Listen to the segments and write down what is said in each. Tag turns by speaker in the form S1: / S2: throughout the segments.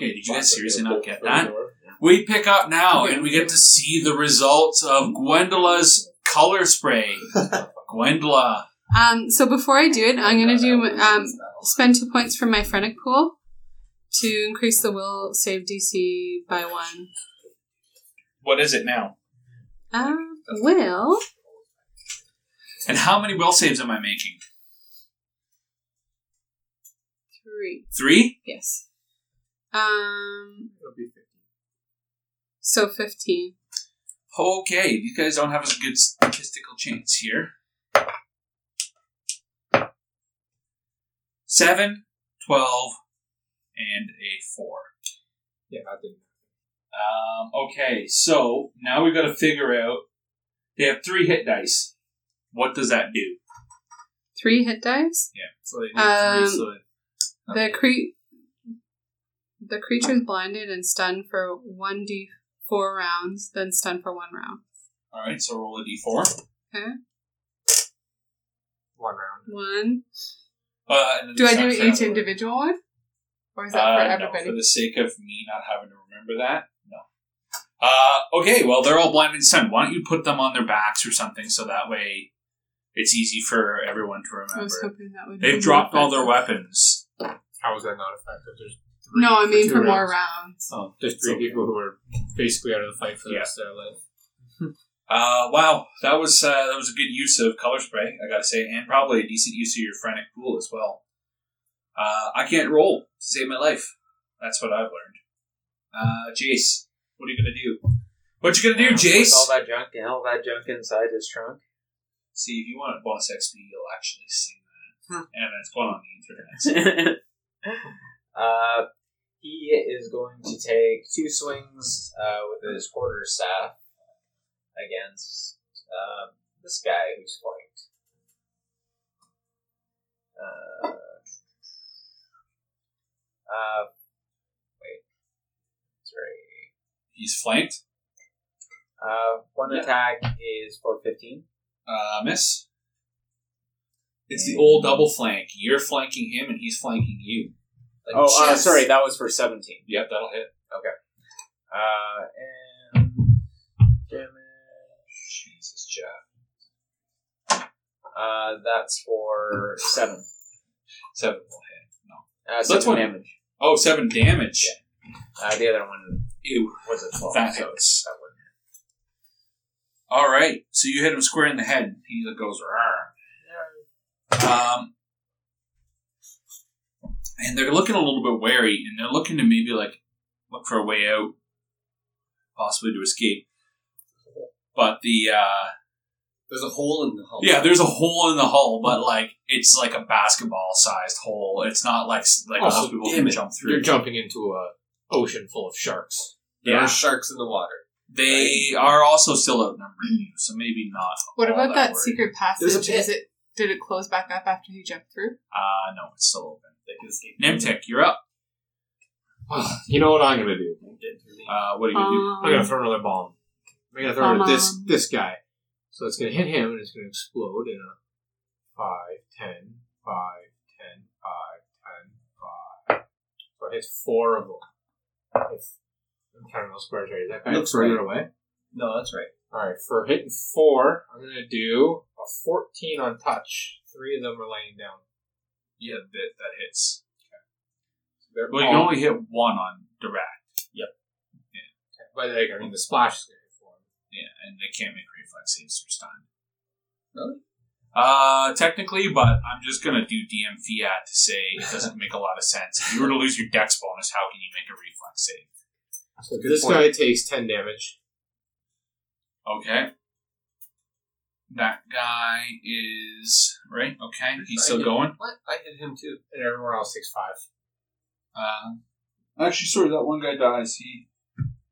S1: you guys seriously not get that? We pick up now and we get to see the results of Gwendola's color spray. Gwendola.
S2: Um, so before I do it, I'm going to do um, spend two points from my Frenic pool to increase the will save DC by one.
S3: What is it now?
S2: Uh, will
S1: And how many will saves am I making?
S2: three.
S1: Three?
S2: Yes. Um. So fifteen.
S1: Okay, you guys don't have as good statistical chance here. Seven, twelve, and a four.
S4: Yeah, that didn't.
S1: Um, okay, so now we've got to figure out. They have three hit dice. What does that do?
S2: Three hit dice.
S4: So they need
S2: Um,
S4: three, so
S2: The cre- the creature is blinded and stunned for one d four rounds, then stunned for one round.
S1: All right, so roll a d4.
S4: one round.
S2: One.
S1: Uh, and then
S2: Do
S1: the
S2: I
S1: second
S2: do each
S1: round.
S2: individual one, or is that for
S1: Uh, no,
S2: everybody?
S1: for the sake of me not having to remember that, no. Uh, okay, well, they're all blind and stunned. Why don't you put them on their backs or something so that way it's easy for everyone to
S2: I was
S1: remember?
S2: hoping that would. be
S1: They've
S2: more
S1: dropped all their
S2: effective.
S1: weapons.
S4: How is that not effective? There's three
S2: No, I mean
S4: two
S2: for more
S4: rounds.
S2: rounds.
S4: Oh, there's three
S1: okay.
S4: people who are basically out of the fight for the
S1: Yeah.
S4: rest of their life.
S1: Uh, wow, that was uh, that was a good use of color spray, I gotta say, and probably a decent use of your frantic pool as well. Uh, I can't roll to save my life. That's what I've learned. Uh, Jace, what are you gonna do? What you gonna do, Jace?
S5: With all that junk and all that junk inside his trunk.
S1: See, if you want a bonus XP, you'll actually sing that,
S5: Huh.
S1: and it's going on the internet.
S5: uh, he is going to take two swings uh, with his quarter staff against um, this guy who's flanked. Uh, uh, wait, sorry.
S1: He's flanked.
S5: Uh, one
S1: Yeah.
S5: attack is for fifteen.
S1: Uh, miss. It's the old double flank. You're flanking him, and he's flanking you.
S5: Oh, uh, sorry, that was for seventeen.
S1: Yep, that'll hit.
S5: Uh, and damage.
S1: Jesus, Jeff.
S5: Uh, that's for seven.
S1: Seven will hit.
S5: Uh,
S1: So that's one-
S5: seven damage.
S1: Oh, seven damage.
S5: Uh, the other one
S1: Ew.
S5: was a twelve.
S1: That
S5: so
S1: hits.
S5: that one.
S1: All right. So you hit him square in the head. He goes, Rawr. Um, and they're looking a little bit wary, and they're looking to maybe like look for a way out, possibly to escape. But the uh,
S6: There's a hole in the hull.
S1: yeah, there's a hole in the hull, but like it's like a basketball sized hole. It's not like like
S4: Oh, so
S1: most people
S6: damn
S1: can
S6: it.
S1: jump through.
S4: You're jumping into a ocean full of sharks.
S6: There
S1: yeah.
S6: are sharks in the water.
S1: They are also still outnumbering you, so maybe not.
S2: What
S1: all
S2: about that
S1: worried.
S2: secret passage?
S6: There's a
S2: Is it? Did it close back up after he jumped through?
S1: Uh, no, it's still open. They can escape. Nimtek, you're up.
S4: you know what I'm gonna do?
S1: Uh, what are you gonna
S2: Um,
S1: do?
S4: I'm gonna throw another bomb. I'm gonna throw it at
S2: Bomb.
S4: this this guy. So it's gonna hit him and it's gonna explode in a 5, 10, 5, 10, 5, 10, 5. So I hit four of them. If I'm counting those squares right. That guy
S6: Looks
S4: exploded
S6: right.
S4: away.
S6: No, that's right.
S4: Alright, for hitting four, I'm gonna do a 14 on touch. Three of them are laying down.
S1: Yeah, that, that hits.
S4: They're
S1: Well, you
S4: all-
S1: can only hit one on direct,
S4: But like, I mean, the splash is gonna hit four.
S1: yeah, and they can't make reflex saves or stun. Really? Uh, technically, but I'm just gonna do DM fiat to say it doesn't make a lot of sense. If you were to lose your dex bonus, how can you make a reflex save?
S4: So
S6: Good
S4: this
S6: point.
S4: guy takes 10 damage.
S1: Okay. That guy is right. Okay, he's still
S6: I hit-
S1: going.
S6: What? I hit him too.
S4: And everyone else takes five.
S1: Uh, actually, sorry, that one guy dies. He.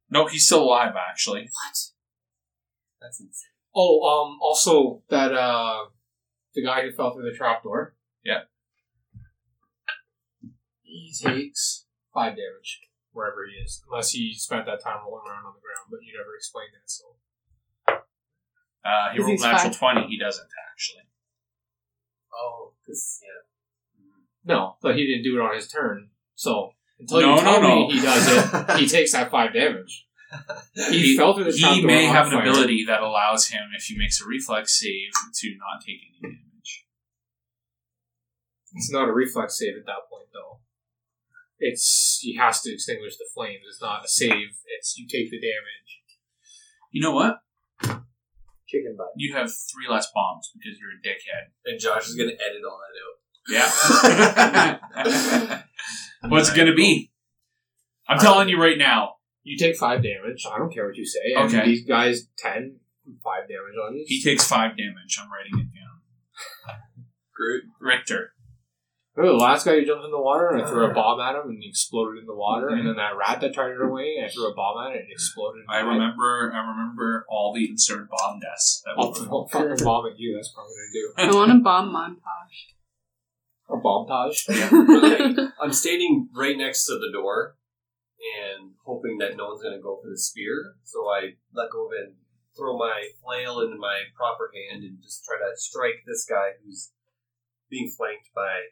S1: No, he's still alive. Actually,
S6: That's insane.
S4: Oh, um, also that uh, the guy who fell through the trapdoor.
S1: Yeah.
S4: He takes five damage wherever he is, unless he spent that time rolling around on the ground. But you never explained that, so
S1: uh, he
S2: Is he
S1: rolled a natural
S2: fine?
S1: twenty. He doesn't actually.
S6: Oh, because yeah.
S4: no, but he didn't do it on his turn. So Until
S1: No,
S4: you tell
S1: no, no.
S4: me he does it, he takes that five damage. He, fell through the trap
S1: He
S4: door
S1: may
S4: on
S1: have an
S4: fire.
S1: ability that allows him, if he makes a reflex save, to not take any damage.
S4: It's not a reflex save at that point, though. It's he has to extinguish the flames. It's not a save. It's you take the damage.
S1: You know what?
S7: Chicken butt.
S1: You have three less bombs because you're a dickhead.
S5: And Josh is gonna edit all that out.
S1: Yeah. What's it gonna be? I'm telling you right now.
S4: You take five damage. I don't care what you say. And
S1: Okay.
S4: These guys ten five damage on you.
S1: He takes five damage. I'm writing it down.
S5: Groot.
S1: Richter.
S4: Remember the last guy who jumped in the water and I
S1: Uh-huh.
S4: threw a bomb at him and he exploded in the water,
S1: Mhm.
S4: and then that rat that tried it away, I threw a bomb at it and it exploded. in
S1: I
S4: the
S1: remember. I remember all the insert bomb deaths that
S4: I'll
S1: were.
S4: throw a fucking bomb at you. That's probably gonna do
S2: I want a bomb montage.
S4: a bomb taj.
S5: Okay. I'm standing right next to the door and hoping that no one's going to go for the spear. So I let go of it and throw my flail into my proper hand and just try to strike this guy who's being flanked by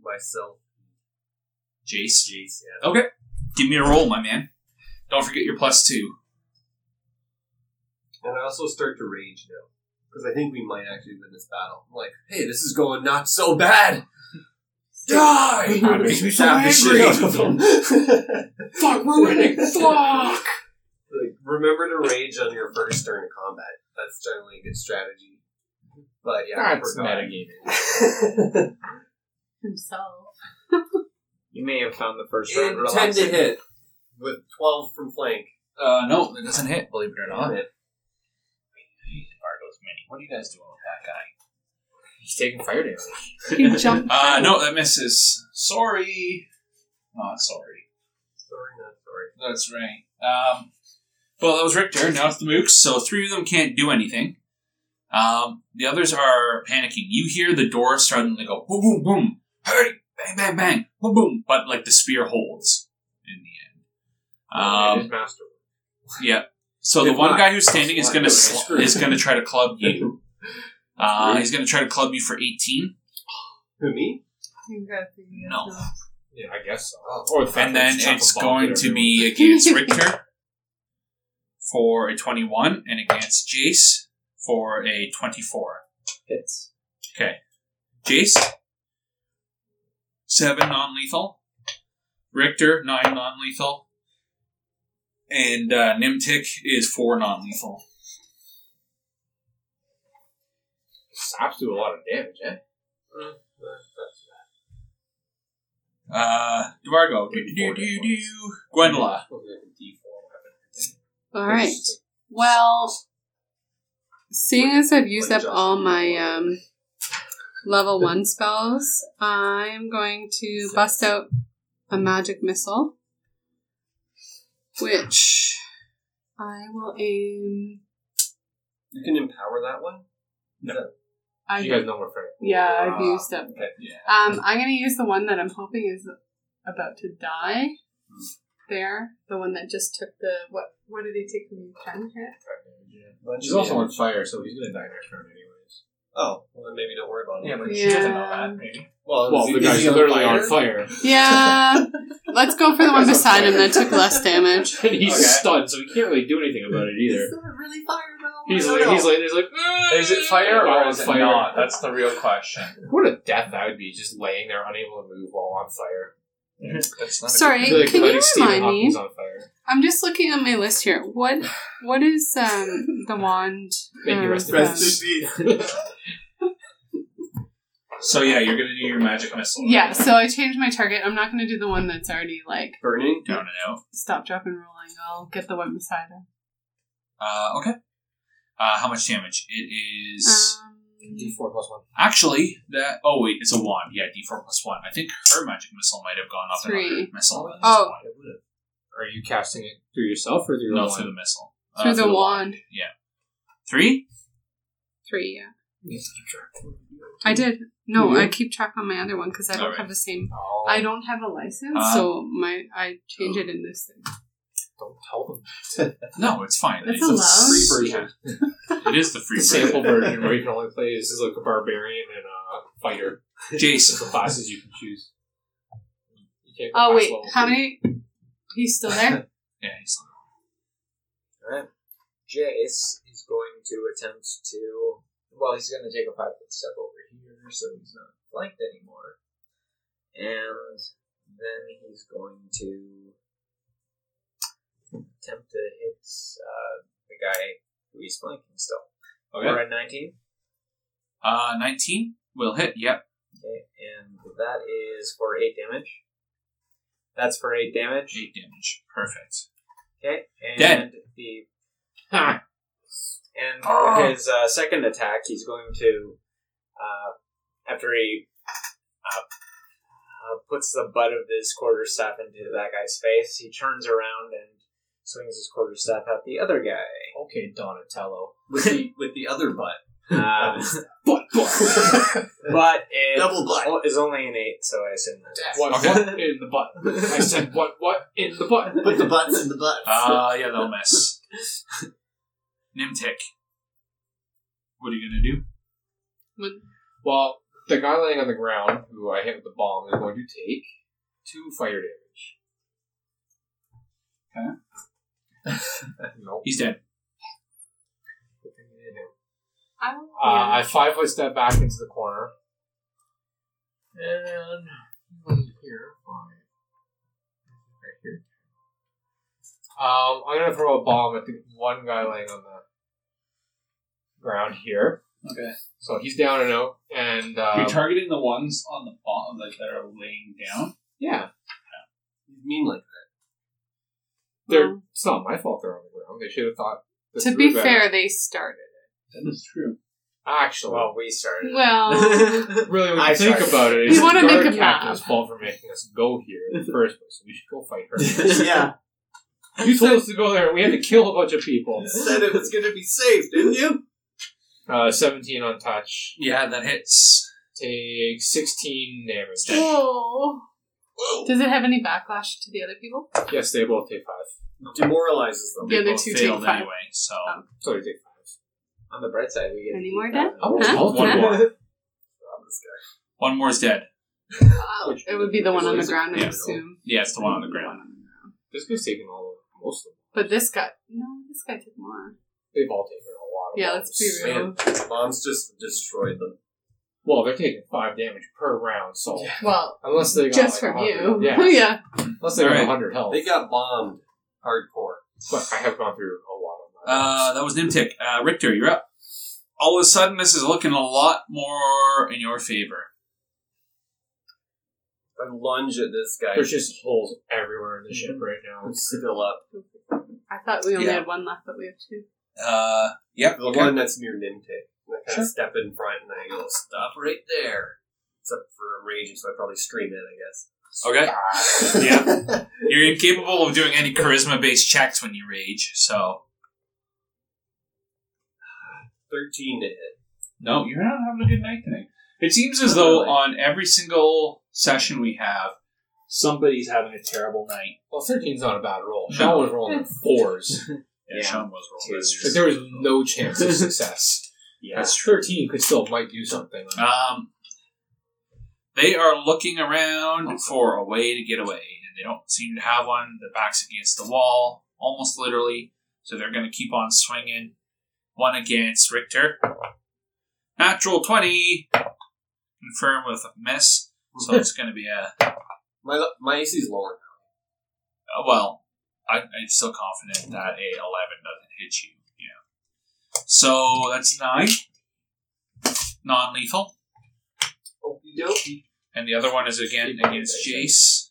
S5: myself.
S1: Jace.
S5: Jeez, yeah.
S1: Okay. Give me a roll, my man. Don't forget your plus two.
S5: And I also start to rage now because I think we might actually win this battle. I'm like, hey, this is going not so bad. Die!
S4: That makes me so
S5: Stab the shit out
S4: angry.
S5: of him.
S4: Fuck, we're winning. Fuck.
S5: like remember to rage on your first turn of combat. That's generally a good strategy. But yeah, I
S4: That's
S5: forgot.
S4: metagaming.
S2: Himself.
S7: You may have found the first round.
S5: and ten to
S7: relaxing.
S5: hit with twelve from flank.
S1: Uh, no, it doesn't hit. Believe it or
S5: Damn
S1: not.
S5: it.
S1: Argo's mini. What are you guys doing with that guy?
S4: He's taking fire damage.
S2: He jumped.
S1: Uh, no, that misses. Sorry. Not sorry.
S5: Sorry, not sorry.
S1: That's right. Um, well, that was Richter. Now it's the Mooks. So three of them can't do anything. Um, the others are panicking. You hear the door starting to go boom, boom, boom. Hurry! Bang, bang, bang. Boom, boom. But, like, the spear holds in the end. Um,
S4: His master.
S1: So the
S5: If
S1: one
S5: not,
S1: guy who's standing is
S5: why
S1: gonna
S5: would I
S1: sl-
S5: screw?
S1: is gonna try to club you. Uh, he's gonna try to club you for eighteen,
S5: Who me?
S2: uh,
S1: No.
S4: Yeah, I guess so.
S5: Oh,
S4: Or the fact
S1: and
S4: that
S1: then
S4: he's chopped
S1: it's
S4: a bomb
S1: going
S4: at
S1: to
S4: everyone.
S1: be against Richter for a twenty-one, and against Jace for a twenty-four.
S7: Hits.
S1: Jace seven non-lethal, Richter nine non-lethal, and uh, Nimtik is four non-lethal.
S4: saps do a lot of damage. Eh?
S1: Uh, Dwargo, do do do do do. Gwendola.
S2: All right. Well, seeing as I've used up all my um, level one spells, I'm going to bust out a magic missile, which I will aim.
S5: You can empower that one.
S4: You
S2: I,
S4: guys know we're friends.
S2: yeah,
S7: Ah,
S2: I've used up.
S5: Okay.
S2: Um, I'm going to use the one that I'm hoping is about to die.
S7: Hmm.
S2: There, the one that just took the what? What did he take from you? Ten hit.
S4: He's also on fire, so he's gonna die next turn anyways.
S5: Oh, well then maybe don't worry about it.
S7: Yeah, but
S2: Yeah.
S7: she doesn't know that. Maybe.
S5: well,
S4: Well,
S5: is he-
S4: the
S5: is
S4: guy's
S5: he on
S4: literally on
S5: fire?
S4: fire,
S2: Yeah, let's go for the one beside him that took less damage.
S4: and he's
S7: Okay.
S4: stunned, so he can't really do anything about it either.
S5: really fire though?
S4: He's
S5: I don't
S4: like,
S5: know.
S4: he's like, he's like,
S8: Is it fire
S4: While
S8: or
S4: on
S8: is it
S4: fire.
S8: not? That's the real question.
S4: What a death that would be, just laying there unable to move while on fire.
S8: That's not
S2: Sorry,
S4: I feel like
S2: can
S4: letting
S2: you
S4: Stephen
S2: remind
S4: Hawking's
S2: me?
S4: on fire.
S2: I'm just looking at my list here. What what is um the wand?
S4: Make you
S2: um,
S4: rest in
S2: um,
S4: peace.
S1: So yeah, you're gonna do your magic missile.
S2: Yeah, so I changed my target. I'm not going to do the one that's already like
S5: burning.
S1: Down and out.
S2: stop, drop, and rolling. I'll get the one beside him.
S1: Uh, okay. Uh, how much damage? It is
S2: Um,
S4: D4 plus one.
S1: actually that. Oh wait, it's a wand. Yeah, D4 plus one. I think her magic missile might have gone up another
S2: Three.
S1: missile. than this
S2: Oh.
S1: one.
S4: Are you casting it through yourself or through
S1: no,
S4: the
S1: through the
S4: line?
S1: missile.
S2: Through the wand.
S1: Yeah. Three.
S2: three, yeah.
S4: Yes, keep track.
S2: I did. No,
S4: You
S2: I keep track on my other one because I don't
S1: Alright.
S2: have the same.
S4: Oh,
S2: I don't have a license,
S4: Uh-huh.
S1: Uh,
S2: so my I change it in this thing.
S4: don't tell them.
S1: No, it's fine.
S2: That's
S1: it's
S2: allowed.
S1: free version. it is the free
S4: The
S1: version.
S4: sample version where you can only play is like a barbarian and a fighter.
S1: Jace.
S4: It's the classes you can choose. You can't get
S2: Oh
S4: past
S2: wait,
S4: level
S2: how
S4: three.
S2: many? He's still there.
S1: Yeah, he's
S5: Alright. Jace is going to attempt to. Well, he's going to take a five foot step over here, so he's not flanked anymore. And then he's going to attempt to hit uh, the guy who he's flanking still.
S1: Okay.
S5: We're at 19.
S1: uh, nineteen will hit. Yep.
S5: Okay, and that is for 8 damage. That's for 8 damage.
S1: Eight damage. Perfect.
S5: Okay, and
S1: Dead.
S5: the
S4: Ha.
S5: and
S1: Ah.
S5: his uh, second attack, he's going to uh, after he uh, uh, puts the butt of his quarterstaff into that guy's face, he turns around and swings his quarterstaff at the other guy.
S4: Okay, Donatello.
S6: with the with the other butt.
S5: Um, but it
S6: Double butt.
S5: o- is only an eight, so I assume that's
S4: What,
S1: Okay.
S4: what in the butt? I said what what in the butt?
S6: Put the butts in the butts.
S1: Uh, yeah, they'll miss. Nimtik. What are you gonna do?
S4: Well, the guy laying on the ground, who I hit with the bomb, is going to take two fire damage. nope.
S1: He's dead.
S4: Good thing you didn't hit him.
S2: I,
S4: Uh, I five foot step back into the corner. And here, five. Right here. Um, I'm gonna throw a bomb at the one guy laying on the ground here.
S1: Okay.
S4: So he's down and out, and
S1: Are
S4: um,
S1: you targeting the ones on the bottom, like that are laying down?
S4: yeah,
S6: mean like
S4: they're it's not my fault they're on the ground. They should have thought. this
S2: to
S4: through
S2: be
S4: better.
S2: fair, they started.
S1: That is true.
S4: actually,
S5: well, we started.
S2: Well,
S4: really, when you
S5: I
S4: think
S5: started.
S4: about it,
S2: We
S4: it's
S2: wanna
S4: the
S2: make
S4: guard
S2: a
S4: captain's
S2: map.
S4: fault for making us go here in the first place. We should go fight her.
S5: yeah.
S4: You told us to go there, and we had to kill a bunch of people.
S6: that. Said it was gonna be safe, didn't you?
S4: Uh, 17 on touch.
S1: Yeah, that hits.
S4: Take 16 damage.
S2: whoa.
S6: Whoa.
S2: Does it have any backlash to the other people?
S4: Yes, they both take 5.
S6: Demoralizes them.
S2: The other
S1: Both
S2: two
S1: failed
S2: take five.
S1: anyway. So
S2: Oh.
S4: So they take 5.
S5: On the bright side, we get
S2: Any more
S5: that.
S2: dead?
S4: Oh,
S2: Huh?
S1: one
S2: Huh?
S1: more.
S6: Rob this guy.
S1: One more is dead.
S2: It would be the one on the
S6: Is it-
S2: ground, I
S1: yeah.
S2: assume.
S1: Yeah, it's the one on the ground.
S4: This guy's taking all of most of them.
S2: But this guy, no, this guy took more.
S4: They've all taken a lot of
S2: Yeah,
S4: bombs.
S2: let's be real.
S6: Man, bombs just destroyed them.
S4: Well, they're taking 5 damage per round, so.
S2: Well,
S4: Unless they got
S2: just
S4: like
S2: from
S4: 100.
S2: you.
S4: Yeah.
S2: yeah.
S4: Unless they got
S1: Alright.
S4: 100 health.
S6: They got bombed hardcore.
S4: but I have gone through a lot of them.
S1: Uh, that was Nimtik. Uh, Richter, you're up. All of a sudden, this is looking a lot more in your favor.
S6: I lunge at this guy.
S4: There's just holes everywhere in the ship
S6: Mm-hmm.
S4: right now.
S6: He's still up.
S2: I thought we only
S1: Yeah.
S2: had one left, but we have two.
S1: Uh, yep.
S6: The
S1: okay.
S6: one that's near Nimte. I kind
S1: Sure.
S6: of step in front and I go, stop right there. Except for I'm raging, so I probably scream it, I guess.
S1: Okay. yeah. You're incapable of doing any charisma based checks when you rage, so.
S6: 13 to hit.
S1: No, you're not having a good night tonight. It seems as though
S6: Really?
S1: on every single session we have, somebody's having a terrible night.
S4: Well, 13's not a bad roll.
S1: No.
S4: Sean was rolling like fours.
S1: Yeah, Sean was rolling.
S4: Like, there was no chance of success.
S1: Yeah.
S4: That's 13 could still might do something.
S1: Um, they are looking around for a way to get away, and they don't seem to have one. Their backs against the wall, almost literally. So they're going to keep on swinging. One against Richter. Natural 20. Confirm with a miss. So it's going to be a.
S6: My, my AC's lower.
S1: Uh, well, I, I'm still confident that a 11 doesn't hit you. You know, so that's nine, non-lethal,
S6: Okie dokie.
S1: and the other one is again against Jace.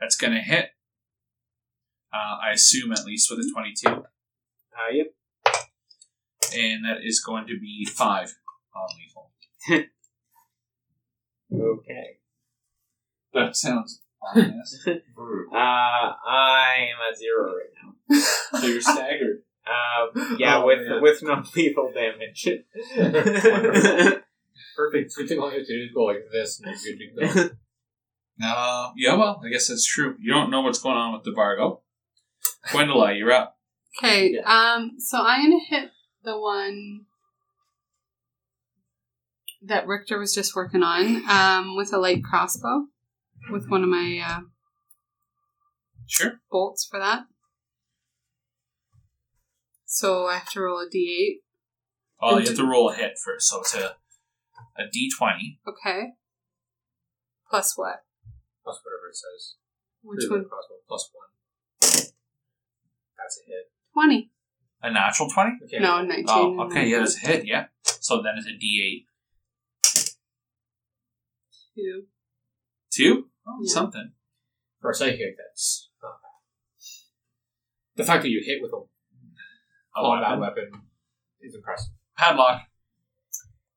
S1: That's going to hit. Uh, I assume at least with a 22,
S5: Uh, yep.
S1: and that is going to be five non-lethal.
S5: Okay.
S1: That sounds. ominous.
S5: Uh, I am at zero right now.
S1: so you're staggered.
S5: Uh, yeah,
S6: Oh,
S5: with
S6: man.
S5: with no lethal damage.
S4: Perfect. Good thing all you have to do is go like this and you're good to go.
S1: Uh, yeah, well, I guess that's true. You don't know what's going on with the Vargo. Gwendolyn, you're up.
S2: Okay, um, so I'm gonna hit the one that Richter was just working on, um, with a light crossbow, with one of my uh,
S1: Sure.
S2: bolts for that. So I have to roll a d8.
S1: Well, Uh, you have to roll a hit first, so it's a a D twenty.
S2: Okay. Plus what?
S4: Plus whatever it says.
S2: Which
S4: Three-way
S2: one?
S4: Crossbow plus one. That's a hit.
S2: 20.
S1: A natural twenty.
S4: Okay.
S2: No, 19.
S1: Oh, okay, yeah, that's a hit. Yeah. So then it's a D eight
S2: Two.
S1: two. Oh,
S2: Yeah.
S1: Something.
S4: For a psychic, that's not bad. The fact that you hit with a
S1: A
S4: combat
S1: weapon.
S4: weapon. is impressive.
S1: Padlock.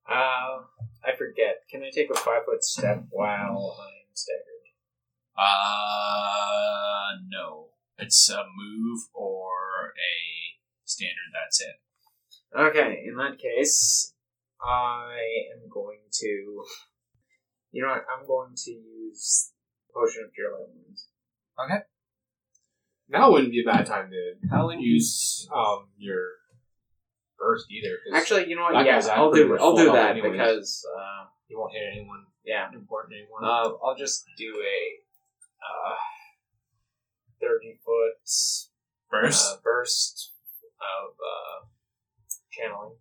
S5: Uh, I forget. Can I take a five foot step while I'm staggered?
S1: Uh, no. It's a move or a standard. That's it.
S5: Okay, in that case, I am going to. You know what? I'm going to use Potion of Cure Light Wounds.
S4: Now wouldn't be a bad time to
S6: How in
S4: use um your burst either. 'cause
S5: Actually, you know what?
S4: That
S5: Yeah,
S4: guy's
S5: I'll
S4: pretty
S5: do
S4: much
S5: I'll do
S4: full health
S5: that
S4: anyways.
S5: because uh,
S4: you won't hit anyone
S5: yeah,
S4: important anymore.
S5: uh, I'll just do a uh, thirty foot
S1: Burst.
S5: uh, burst of uh, channeling.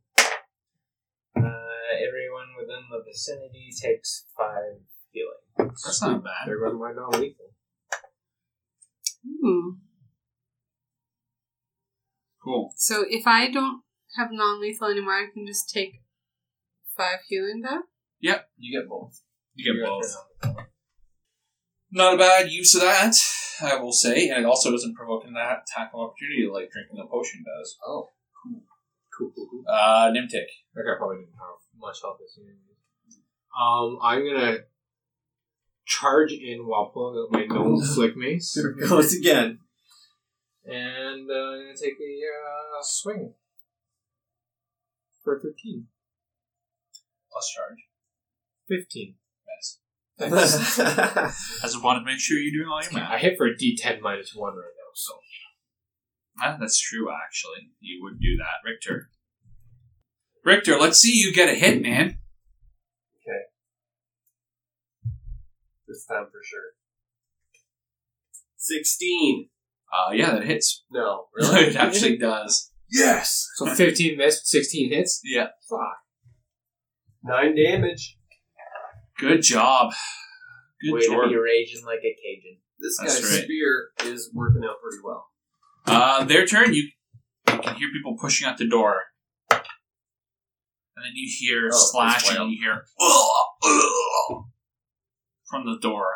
S5: Uh, everyone within the vicinity takes five healing.
S1: that's not bad.
S4: Everyone might not lethal.
S2: Hmm.
S1: Cool.
S2: So if I don't have non lethal anymore, I can just take five healing back?
S6: You get both.
S1: You get both. Not a bad use of that, I will say, and it also doesn't provoke an attack of opportunity like drinking a potion does.
S6: Oh.
S4: Cool, cool, cool.
S1: Uh, Nimtic.
S4: That guy probably didn't have much health this year. Um, I'm gonna charge in while pulling out my gnome flick mace,
S6: Here it goes again.
S4: and uh, I'm gonna take a uh, swing for 13.
S1: Plus charge.
S4: 15.
S1: Yes.
S4: Thanks.
S1: I just wanted to make sure you're doing all your
S4: I
S1: math.
S4: hit for a D10 minus one right now, so
S1: Ah, that's true, actually. You would do that. Richter. Richter, let's see you get a hit, man.
S6: this time for sure. 16.
S1: Uh, yeah, that hits.
S6: No, really?
S1: it actually does.
S6: yes!
S4: so 15 missed, 16 hits.
S1: Yeah.
S4: Fuck.
S6: 9 damage.
S1: Good job. Good
S5: Way to
S1: job.
S5: be raging like a Cajun.
S6: This
S1: That's
S6: guy's
S1: right.
S6: spear is working out pretty well.
S1: Uh, their turn. You you can hear people pushing out the door, and then you hear
S6: Oh,
S1: slashing.
S6: that's wild.
S1: And you hear "Ugh, ugh," from the door,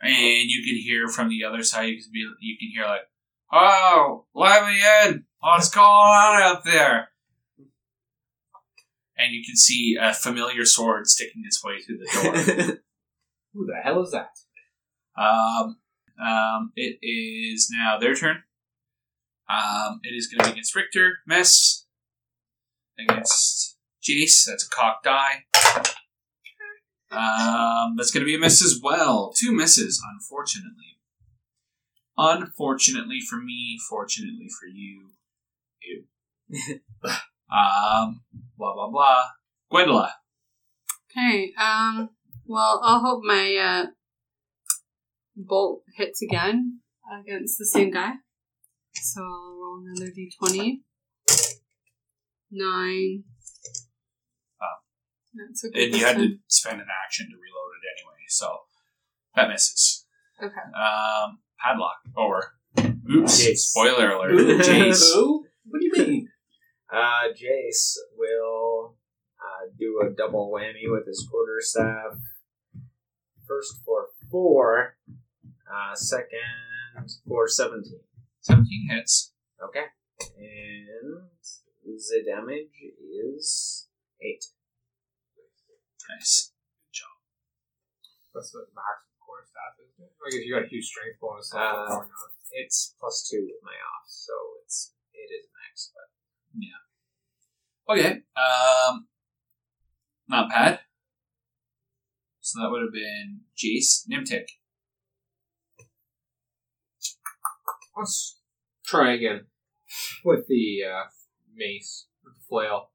S1: and you can hear from the other side. You can be you can hear like, "Oh, let me in! What's going on out there?" And you can see a familiar sword sticking its way through the door.
S4: Who the hell is that?
S1: Um, um, it is now their turn. Um, it is going to be against Richter, Mess, against Jace. That's a cock die. Um, that's going to be a miss as well. Two misses, unfortunately. Unfortunately for me, fortunately for you. Ew. um, blah blah blah. Gwendola.
S2: Okay. Um. Well, I'll hope my uh, bolt hits again against the same guy. So I'll roll another d20. Nine.
S1: Oh.
S2: That's a good
S1: And you had
S2: one.
S1: to spend an action to reload it anyway, so that misses.
S2: Okay.
S1: Um, padlock or oops,
S5: Jace.
S1: spoiler alert. Jace.
S6: Who? What do you mean?
S5: Uh, Jace will uh, do a double whammy with his quarter staff. First for four, uh, second for 17.
S1: Seventeen hits.
S5: Okay. And the damage is eight.
S1: Nice.
S4: That's the max core staff, isn't it? Like if you got a huge strength bonus,
S5: Uh,
S4: like, probably not.
S5: It's plus two with my off, so it's it is max. But
S1: Okay. Um, not bad. So that would have been Jace Nimtic.
S4: Let's try again with the uh, mace, with the flail.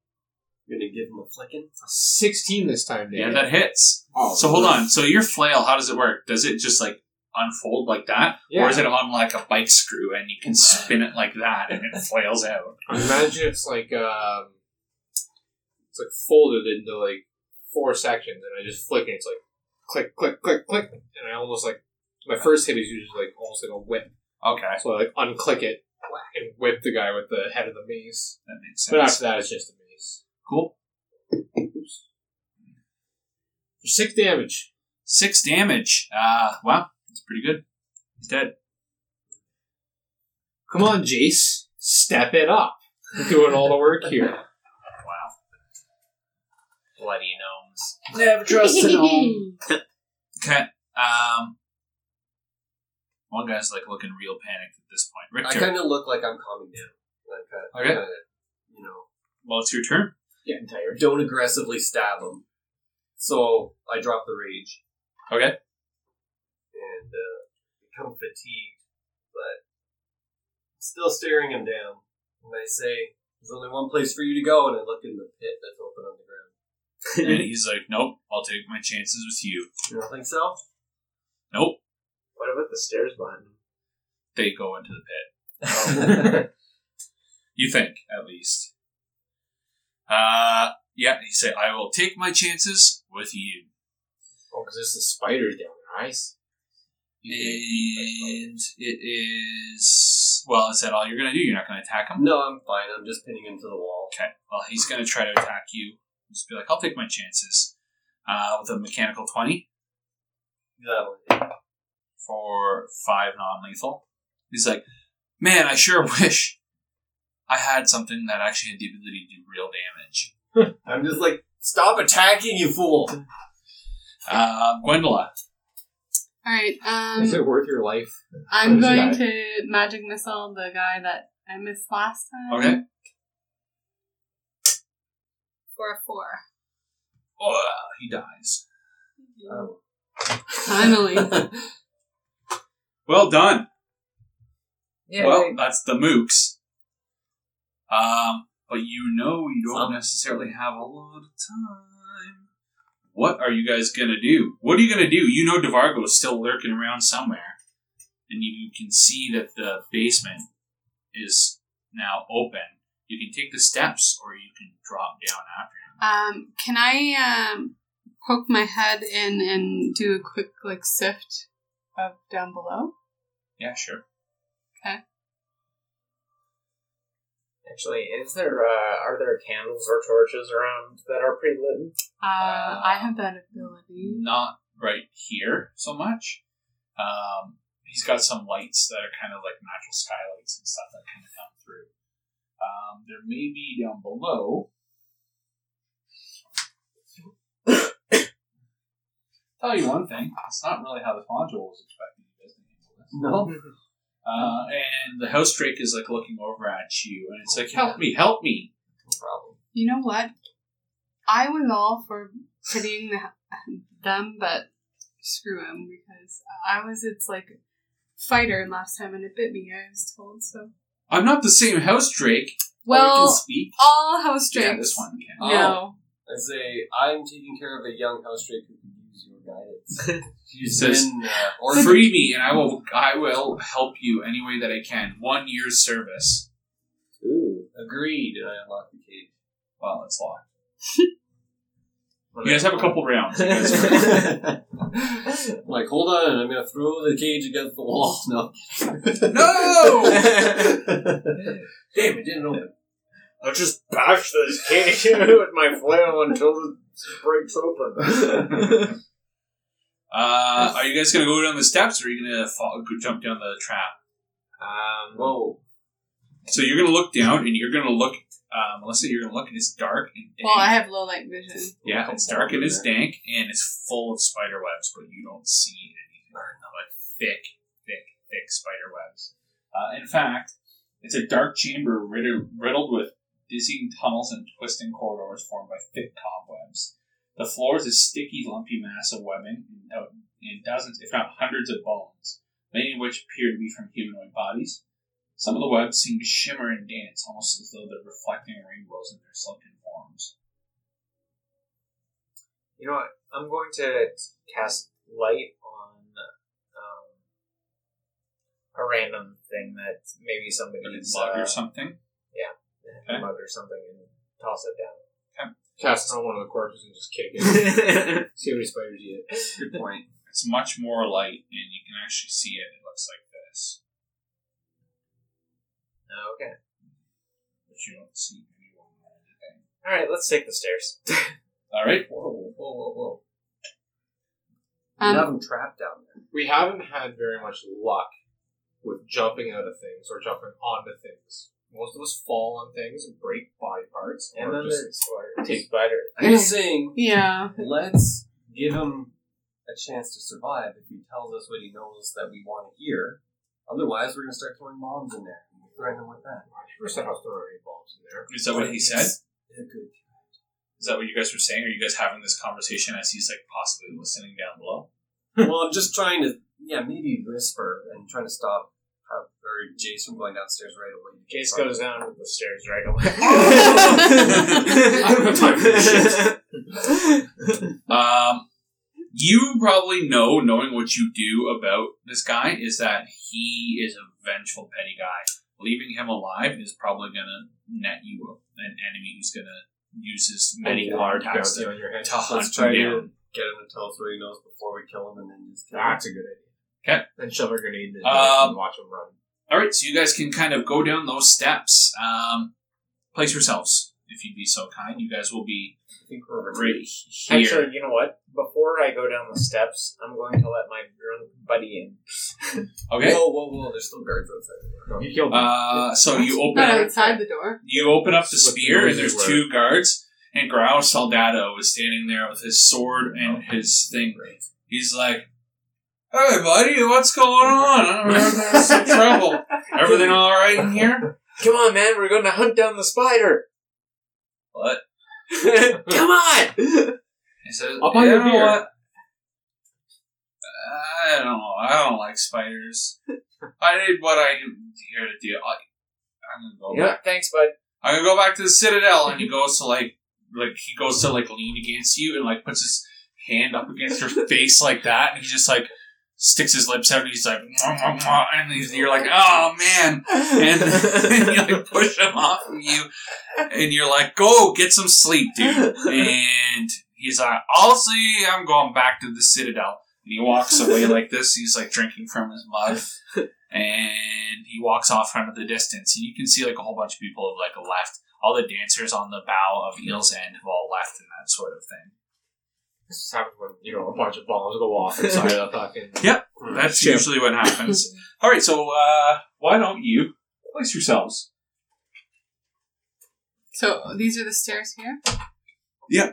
S6: You're gonna give him a flicking?
S4: 16 this time,
S1: Yeah,
S4: Dan.
S1: that hits.
S4: Oh,
S1: So hold on. So your flail, how does it work? Does it just like unfold like that,
S4: Yeah.
S1: or is it on like a bike screw and you can spin it like that and it flails out?
S4: I imagine it's like um, it's like folded into like four sections, and I just flick it. It's like click, click, click, click, and I almost like my first hit is usually like almost like a whip.
S1: Okay,
S4: So I like unclick it and whip the guy with the head of the mace.
S1: that makes
S4: But
S1: sense.
S4: after that, it's just a mace
S1: Cool.
S4: for six damage.
S1: Six damage. Uh, wow, that's pretty good. He's dead.
S4: Come on, Jace, step it up. You're doing all the work here.
S5: Bloody gnomes.
S1: Never trust an Okay. Um, one guy's like looking real panicked at this point.
S6: I
S1: Richter,
S6: kind of look like I'm calming down. Like, I,
S1: Okay.
S6: kinda, you know,
S1: well, it's your turn.
S5: Getting tired.
S6: don't aggressively stab him. So I drop the rage
S1: Okay.
S6: and uh, become fatigued, but still staring him down. And I say, "There's only one place for you to go," and I look in the pit that's open on the ground.
S1: and he's like, "Nope, I'll take my chances with you."
S6: You don't think so?
S1: Nope.
S5: What about the stairs behind him?
S1: They go into the pit.
S5: Oh.
S1: You think, at least. Uh, yeah. He said, "I will take my chances with you."
S4: Oh, because there's the spiders down there. I see.
S1: And it is well. Is that all you're gonna do? You're not gonna attack him.
S6: No, I'm fine. I'm just pinning him to the wall.
S1: Okay. Well, he's gonna try to attack you. Just be like, "I'll take my chances." Uh, with a mechanical twenty.
S6: That way.
S1: for five non-lethal. He's like, man, I sure wish I had something that actually had the ability to do real damage.
S6: I'm just like, "Stop attacking, you fool!"
S1: Uh, Gwendola,
S2: All right.
S4: Is
S2: Um,
S4: it worth your life?
S2: I'm
S4: Who's the
S2: going
S4: guy?
S2: to magic missile the guy that I missed last time.
S1: okay.
S2: For a four.
S1: Oh, he dies.
S6: Oh.
S2: Finally.
S1: Well done.
S5: yeah,
S1: well,
S5: right.
S1: that's the mooks. Um, but you know you don't
S6: Some.
S1: necessarily have a lot of time. What are you guys gonna do? What are you gonna do? You know Devargo's still lurking around somewhere, and you can see that the basement is now open. You can take the steps, or you can drop down after him.
S2: Um, can I um, poke my head in and do a quick like sift of down below?
S1: Yeah, sure.
S5: Actually, is there uh, are there candles or torches around that are pretty lit?
S2: Uh, I have that ability.
S1: Not right here so much. Um, he's got some lights that are kind of like natural skylights and stuff that kind of come through. Um, there may be down below. Tell you one thing, it's not really how the module was expecting you guys to handle this.
S6: no.
S1: Uh, and the house drake is like looking over at you, and it's like, "Help me, help me!"
S6: problem.
S2: You know what? I was all for pitying the, them, but screw them because I was its like fighter last time and it bit me. I was told so.
S1: I'm not the same house drake. Oh, it can
S2: Well,
S1: speak.
S2: all house drinks.
S1: Yeah, this one can.
S2: No.
S6: I say, I'm taking care of a young house drake who can use your guidance.
S1: It
S6: She's
S1: says,
S6: been, uh,
S1: or
S6: orphaned.
S1: free me and I will I will help you any way that I can. One year's service.
S5: Ooh.
S6: Agreed. And I unlock the cage.
S1: Well, that's long. You guys have a couple rounds.
S6: I'm like, hold on, I'm gonna throw the cage against the wall. No.
S1: no!
S6: Damn, it didn't open.
S5: I'll just bash this cage with my flail until it breaks open.
S1: Uh, are you guys gonna go down the steps or are you gonna fall, go jump down the trap?
S5: um,
S6: Whoa.
S1: So you're gonna look down and you're gonna look. Um, let's say you're gonna look and it's dark and dank.
S2: Well, I have low light vision.
S1: yeah, it's dark and it's dank and it's full of spider webs, but you don't see anything like thick, thick, thick spider webs. Uh, in fact, it's a dark chamber riddled, riddled with dizzying tunnels and twisting corridors formed by thick cobwebs. The floor is a sticky, lumpy mass of webbing and, do- and dozens, if not hundreds, of bones, many of which appear to be from humanoid bodies. Some of the webs seem to shimmer and dance, almost as though they're reflecting rainbows in their silken forms.
S5: you know what? I'm going to cast light on um, random thing that maybe somebody's
S1: mug
S5: uh,
S1: or something. Okay.
S5: mug or something and toss it down.
S4: Cast it on one of the corpses and just kick it.
S5: Good
S4: See how many spiders you get.
S5: point.
S1: It's much more light, and you can actually see it. It looks like this,
S5: Uh, Okay.
S1: but you don't see anyone or anything.
S5: All right, let's take the stairs.
S1: All right.
S5: Whoa, whoa, whoa, whoa.
S2: Um,
S6: you have them trapped down there.
S4: We haven't had very much luck with jumping out of things or jumping onto things. Most of us fall on things and break body parts,
S5: And
S4: or
S5: then
S4: just
S5: there's
S4: take
S5: spider.
S6: I'm just saying,
S2: Yeah.
S6: let's give him a chance to survive if he tells us what he knows that we want to hear. Otherwise, we're going to start throwing bombs in there. and Threaten him with that.
S4: First, I was throwing any bombs in there.
S1: Is that what he said?
S6: It's a good-
S1: Is that what you guys were saying? Are you guys having this conversation as he's like possibly listening down below?
S6: well, I'm just trying to, yeah, maybe whisper and trying to stop uh, or Jace from going downstairs right away.
S5: Jace goes down the stairs right away.
S2: I
S4: don't have time for
S1: Um, you probably know, knowing what you do about this guy, is that he is a vengeful, petty guy. Leaving him alive is probably gonna net you an enemy who's gonna use his many card attacks
S4: Bouncy
S1: to,
S4: on your head.
S1: to hunt
S6: Let's try
S1: you
S6: to
S1: down.
S6: get him to tell us what he knows before we kill him and then just kill him.
S4: That's a good idea.
S1: Okay.
S4: Then shove a grenade in his
S1: Um,
S4: mouth and watch him run.
S1: All right, so you guys can kind of go down those steps. Um, place yourselves, if you'd be so kind. You guys will be
S6: I think we're over
S1: right here.
S5: Actually, you know what? Before I go down the steps, I'm going to let my drunk buddy in.
S1: Okay.
S6: Whoa, whoa, whoa, there's still guards outside.
S4: You
S6: Oh,
S4: killed him.
S1: Uh, so you open
S2: Not
S1: up
S2: outside the door.
S1: You open up the
S4: With the
S1: spear, and
S4: razor
S1: there's
S4: wire.
S1: two guards. And Grau Soldado is standing there with his sword and his thing. He's like, "Hey, buddy, what's going on? I don't know, there's some trouble. Everything all right in here?"
S5: Come on, man, we're going to hunt down the spider.
S1: What?
S5: Come on!
S1: He says,
S4: I'll buy you a
S1: "You know
S4: beer."
S1: what? I don't know. I don't like spiders. I did what I am here to do. I, I'm gonna go back.
S5: yeah, thanks, bud.
S1: I'm gonna go back to the Citadel, and he goes to like, like he goes to like lean against you, and like puts his hand up against your face like that, and he just like sticks his lips out, and he's like, "Mwah, mwah, mwah," and he's, you're like, oh man, and, and you like push him off of you, and you're like, go get some sleep, dude, and he's like, I'll see, I'm going back to the Citadel, and he walks away like this, he's like drinking from his mug and he walks off into the distance and you can see like a whole bunch of people have like left all the dancers on the bow of eel's end have all left and that sort of thing
S4: This is happened when, you know, a bunch of bombs go off inside of the fucking.
S1: that's
S4: Sure.
S1: usually what happens all right so uh why don't you place yourselves
S2: So these are the stairs here.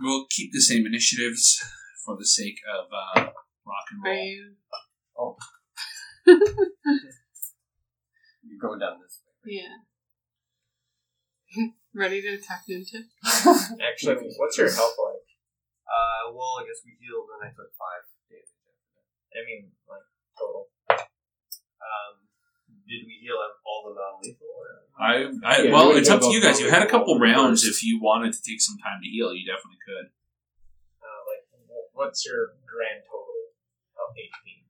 S1: we'll keep the same initiatives for the sake of uh rock and
S2: Are
S1: roll
S2: you?
S6: You're going down this
S2: Yeah. Ready to attack Ninja?
S5: Actually, what's your health like?
S6: Uh, well, I guess we healed and I took five damage.
S5: I mean, like, total.
S6: Um, did we heal up all the non-lethal? or-
S1: I, I
S4: Yeah,
S1: well,
S4: we
S1: it's up to
S4: have
S1: you
S4: a-
S1: guys. You had a couple
S4: a-
S1: rounds. If you wanted to take some time to heal, you definitely could.
S5: Uh, like, wh- what's your grand total of HP?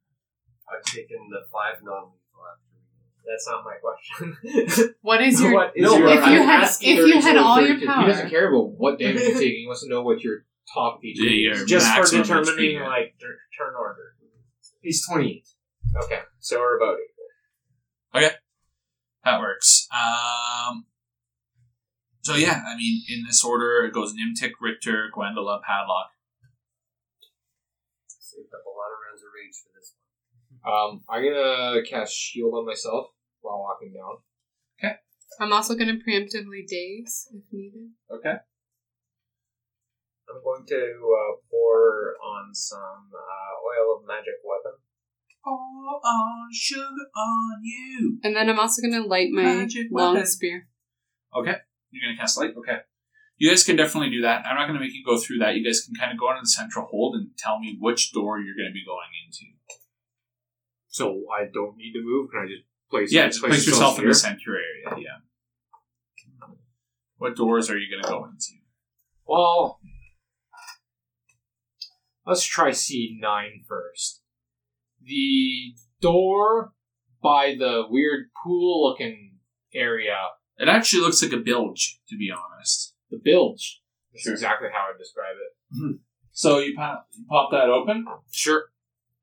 S6: I've taken the five non-lethal after we
S5: That's not my question.
S2: What is your?
S4: What
S6: No,
S2: if you
S4: I'm
S2: had-
S4: asking
S2: if
S4: her
S2: you
S4: to
S2: had
S4: do a
S2: all your
S4: freaking- He doesn't
S2: power.
S4: care about what damage you're taking. He wants to know what your top HP
S1: Yeah,
S4: is.
S1: your
S5: Just for
S1: maximum
S5: determining,
S1: HP.
S5: like, tur- turn order.
S4: He's 28.
S5: Okay, so we're about it.
S1: That works. Um, so yeah, I mean, in this order, it goes Nimtic, Richter, Gwendola, Padlock.
S6: saved up a lot of rounds of rage for this one.
S4: Um, I'm gonna cast shield on myself while walking down.
S2: I'm also going to preemptively daze if needed.
S1: Okay.
S5: I'm going to uh, pour on some uh, oil of magic weapon.
S1: Pour on sugar on you.
S2: And then I'm also going to light my
S1: Magic
S2: long
S1: weapon.
S2: spear.
S1: You're gonna cast light. Okay. You guys can definitely do that. I'm not gonna make you go through that. You guys can kind of go into the central hold and tell me which door you're gonna be going into.
S4: So I don't need to move. Can I just place?
S1: Yeah, just place yourself in the
S4: here?
S1: center area. Yeah. What doors are you gonna go into?
S4: Well, let's try C9 first. The door by the weird pool looking area,
S1: It actually looks like a bilge, to be honest.
S4: the bilge. That's
S1: Sure.
S4: exactly how I describe it.
S1: So you pop, you pop that open.
S4: Sure.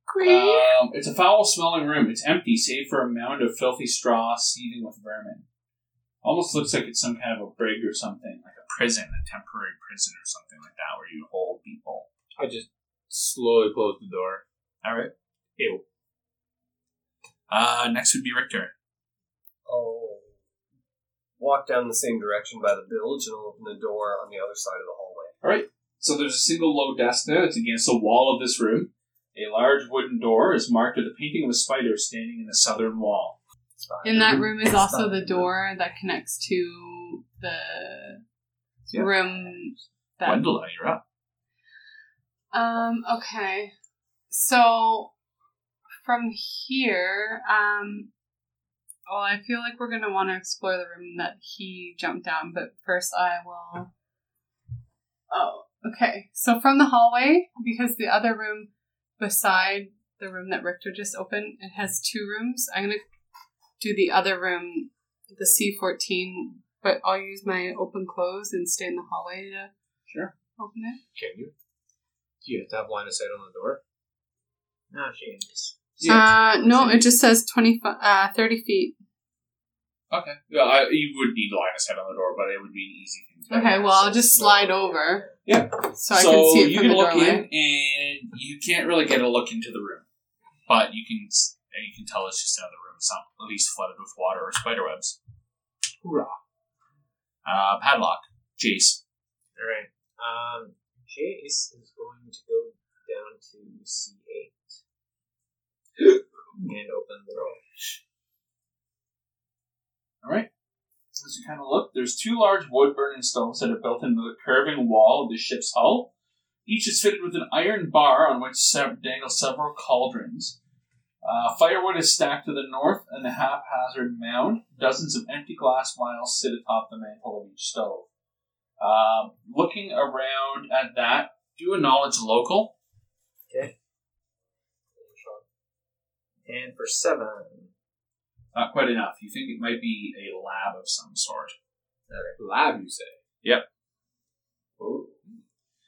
S2: Great.
S1: Um, it's a foul-smelling room. It's empty, save for a mound of filthy straw seething with vermin. Almost looks like it's some kind of a brig or something, like a prison, a temporary prison or something like that, where you hold people.
S4: I just slowly close the door.
S1: All right.
S4: Ew.
S1: Uh, next would be Richter.
S6: I'll walk down the same direction by the bilge and I'll open the door on the other side of the hallway.
S1: So there's a single low desk there that's against the wall of this room. A large wooden door is marked with a painting of a spider standing in the southern wall.
S2: In that room is also
S5: not-
S2: the door that connects to the
S1: Yeah.
S2: room that
S1: Wendela, you're up.
S2: Um, okay. So from here, um well, I feel like we're gonna wanna explore the room that he jumped down, but first I will Oh, okay. So from the hallway, because the other room beside the room that Richter just opened, it has two rooms. I'm gonna do the other room, the C fourteen, but I'll use my open close and stay in the hallway to
S1: Sure.
S2: open it.
S4: Can you? Do you have to have line of sight on the door?
S5: No, she is.
S2: Uh, no, it just says 20, uh, 30 feet.
S1: Okay. Well, I, you would need line of sight on the door, but it would be an easy thing. to
S2: Okay, well, I'll just slide over.
S1: Yep.
S2: So I can see it
S1: you
S2: from
S1: can
S2: the
S1: look
S2: doorway.
S1: in, and you can't really get a look into the room, but you can s- and you can tell it's just another room. It's not at least flooded with water or spider webs.
S4: Hoorah.
S1: Uh, padlock. Jace.
S5: All right. Um, Jace is going to go down to C eight and open the door.
S1: All right. As you kind of look, there's two large wood burning stones that are built into the curving wall of the ship's hull. Each is fitted with an iron bar on which sev- dangle several cauldrons. Uh, firewood is stacked to the north and the haphazard mound. Dozens of empty glass vials sit atop the mantle of each stove. Um, looking around at that, do a knowledge local.
S5: And for seven,
S1: Not quite enough. You think it might be a lab of some sort.
S4: Lab, you say?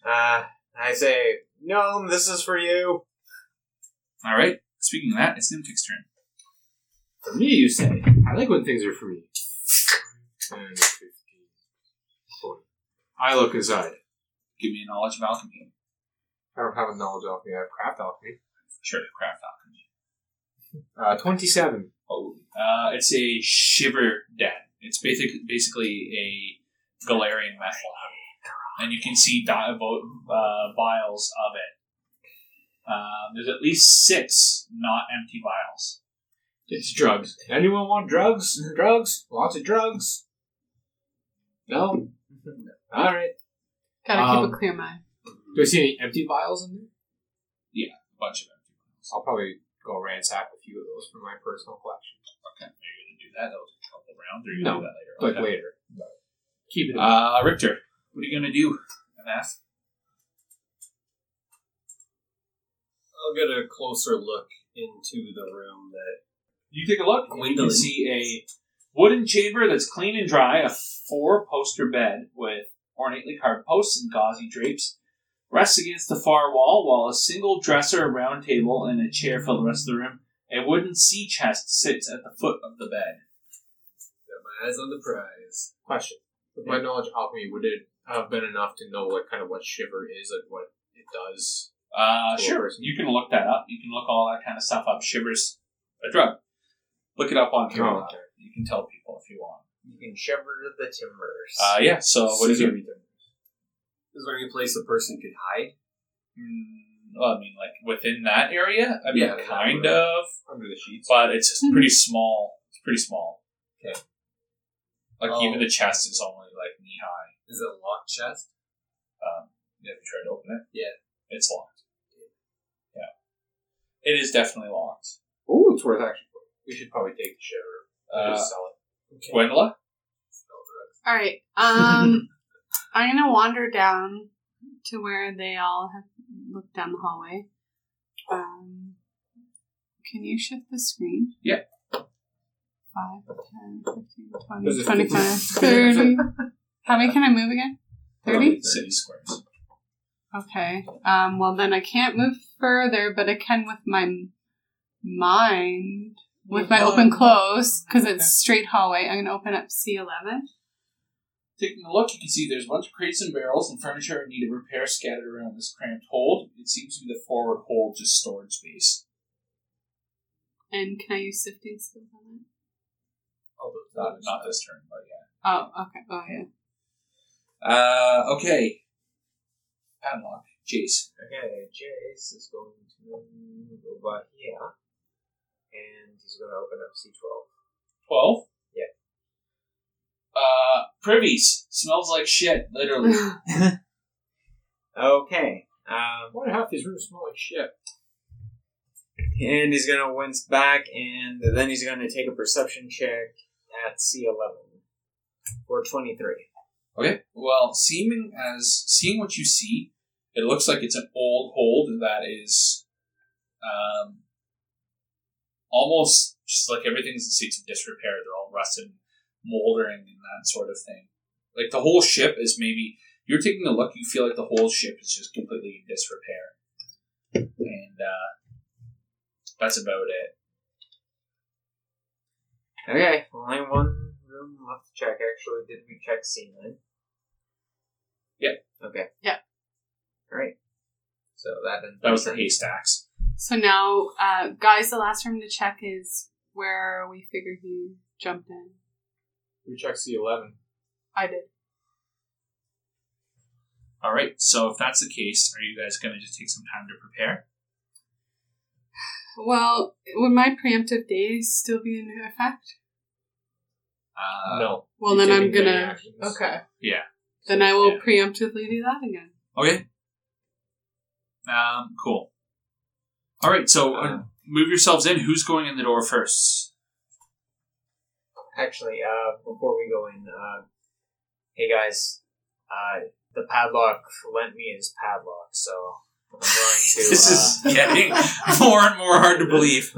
S5: uh, I say, Gnome, this is for you.
S1: All right. Speaking of that, it's Nimtik's turn.
S4: For me, you say. I like when things are for me. 10, 15, 20. I look inside.
S1: Give me a knowledge of alchemy.
S4: I don't have a knowledge alchemy. I have craft alchemy.
S1: Sure, the craft alchemy.
S4: Uh, 27.
S1: Holy. Uh, it's a shiver den. It's basic, basically a Galarian meth lab. And you can see di- vo- uh, vials of it. Um, there's at least six not empty vials.
S4: It's drugs. Anyone want drugs? drugs? Lots of drugs? No? All right.
S2: Gotta keep
S4: Um,
S2: a clear mind.
S4: Do I see any empty vials in there?
S1: A bunch of empty vials.
S4: I'll probably go ransack a few of those for my personal collection.
S1: Okay. Are you going to do that? That was a couple rounds. Or you do
S4: No,
S1: that later?
S4: But
S1: Okay.
S4: later. Keep it.
S1: Uh, Richter, what are you going to do? Math?
S6: I'll get a closer look into the room that
S1: You take a look. and You
S6: Gwendolyn.
S1: can see a wooden chamber that's clean and dry, a four-poster bed with ornately carved posts and gauzy drapes. Rests against the far wall, while a single dresser, a round table, and a chair fill the rest of the room. A wooden sea chest sits at the foot of the bed.
S6: got my eyes on the prize.
S4: question. With my knowledge of alchemy, would it have been enough to know what kind of what shiver is, like what it does?
S1: Uh,
S4: Cool.
S1: sure, you can look that up. You can look all that kind of stuff up. Shivers, a drug. Look it up on here.
S4: Oh, okay.
S1: You can tell people if you want.
S5: You can shiver the timbers.
S1: Uh, yeah. So what is your?
S6: Is there any place a person could hide?
S1: Mm, well, I mean, like within that area. I mean,
S6: Yeah, that
S1: kind
S6: would-
S1: of.
S4: Under the sheets.
S1: but it's just pretty small. It's pretty small.
S6: Okay.
S1: Like
S6: Oh.
S1: even the chest is only like knee high.
S6: Is it a locked chest?
S1: Um, have you tried to open it?
S6: Yeah.
S1: It's locked. Yeah. It is definitely locked.
S4: Oh, it's worth actually. We should probably take the shiver. and
S1: Uh,
S4: just sell it.
S6: Okay.
S1: Gwendola?
S2: All right. Um, I'm gonna wander down to where they all have looked down the hallway. Um, Can you shift the screen?
S1: Yeah.
S2: 5, 10, 15,
S4: Does
S2: 20,
S4: it-
S2: 25, 30. How many can I move again? 30?
S1: City squares.
S2: Okay. Um, well, then I can't move further, but I can with my m- mind, with my open close, because it's straight hallway. I'm going to open up C11.
S1: Taking a look, you can see there's a bunch of crates and barrels and furniture in need of repair scattered around this cramped hold. It seems to be the forward hold, just storage space.
S2: And can I use sifting skills on that?
S1: Although not, not this turn, but yeah.
S2: Oh, okay. Oh, yeah.
S1: Uh, okay. Padlock. Jace.
S5: Okay, Jace is going to move over here, and he's going to open up C12.
S1: 12?
S5: Yeah.
S1: Uh, privies. Smells like shit,
S2: Oh,
S1: literally.
S5: Okay, um,
S4: Why do half these rooms smell like shit?
S5: and he's going to wince back, and then he's going to take a perception check at C11 for 23.
S1: Okay. Well, seeming as seeing what you see, it looks like it's an old hold that is, um, almost just like everything's in states of disrepair. They're all rusted, moldering, and that sort of thing. Like the whole ship is maybe you're taking a look. You feel like the whole ship is just completely in disrepair, and uh, that's about it.
S5: Okay, only one room left to check. Actually, did we check C9?
S1: Yep.
S5: Okay.
S2: Yeah.
S5: Alright. So that didn't
S1: That was the haystacks.
S2: So now, uh, guys, the last room to check is where we figure he jumped in.
S4: We check C11.
S2: I did.
S1: All right. So if that's the case, are you guys going to just take some time to prepare?
S2: Well, would my preemptive days still be in effect?
S1: Uh,
S4: no.
S2: Well,
S4: You're
S2: then I'm
S4: taking many
S2: gonna.
S4: actions.
S2: Okay.
S1: Yeah.
S2: Then I will
S1: Yeah.
S2: preemptively do that again.
S1: Okay. Um, cool. All right, so uh, move yourselves in. Who's going in the door first?
S5: Actually, uh, before we go in, uh, hey guys, uh, the padlock lent me his padlock, so I'm going to.
S1: This
S5: uh,
S1: is getting more and more hard to believe.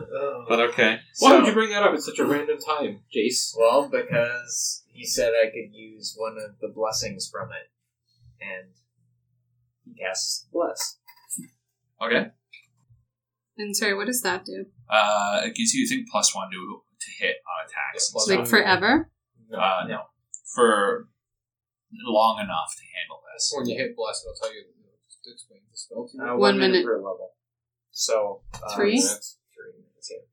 S1: But okay.
S4: Why
S5: so-
S4: would you bring that up at such a random time, Jace?
S5: Well, because he said I could use one of the blessings from it, and he casts bless.
S1: Okay.
S2: And sorry, what does that do?
S1: Uh, it gives you, I think, plus one to, to hit on attacks.
S4: Yeah, plus
S1: and
S2: like
S4: one.
S2: forever?
S1: stuff. uh, no. For long enough to handle this.
S4: When you hit bless, it'll tell you. Just explain the spell to you.
S5: Uh,
S2: One minute.
S5: per level. So uh,
S2: Three?
S5: that's three minutes. Yeah.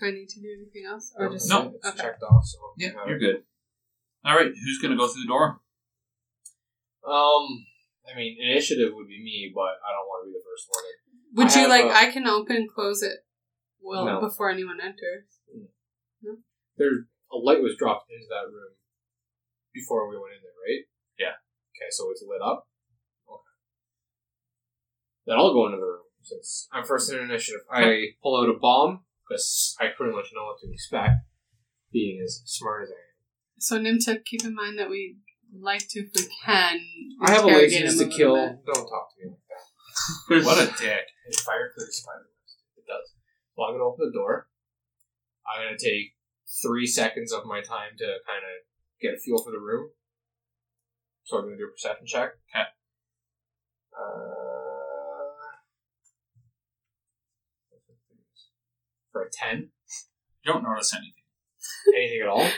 S2: Do I need to do anything else, or just
S1: No.
S4: It's
S2: Okay.
S4: checked off. So
S1: Yeah,
S4: uh,
S1: you're good. All right, who's going to go through the door?
S4: Um, I mean, initiative would be me, but I don't want to be the first one. in.
S2: would
S4: I
S2: you
S4: have
S2: like?
S4: a-
S2: I can open and close it. Well,
S4: No.
S2: before anyone enters.
S4: There, a light was dropped into that room before we went in there, right?
S1: Yeah.
S4: Okay, so it's lit up. Okay. Then I'll go into the room since I'm first in initiative. I pull out a bomb because I pretty much know what to expect, being as smart as I am.
S2: So Nimta, keep in mind that we like to, if we can,
S4: I have a
S2: interrogate
S4: laziness
S2: him
S4: to
S2: little
S4: kill.
S2: bit.
S4: Don't talk to me like that.
S1: What a dick.
S4: And fire clears spider webs. It does. Well, I'm gonna open the door. I'm gonna take three seconds of my time to kind of get a feel for the room. So I'm gonna do a perception check.
S1: Okay.
S4: Uh, for a ten,
S1: You don't notice anything.
S4: anything at all?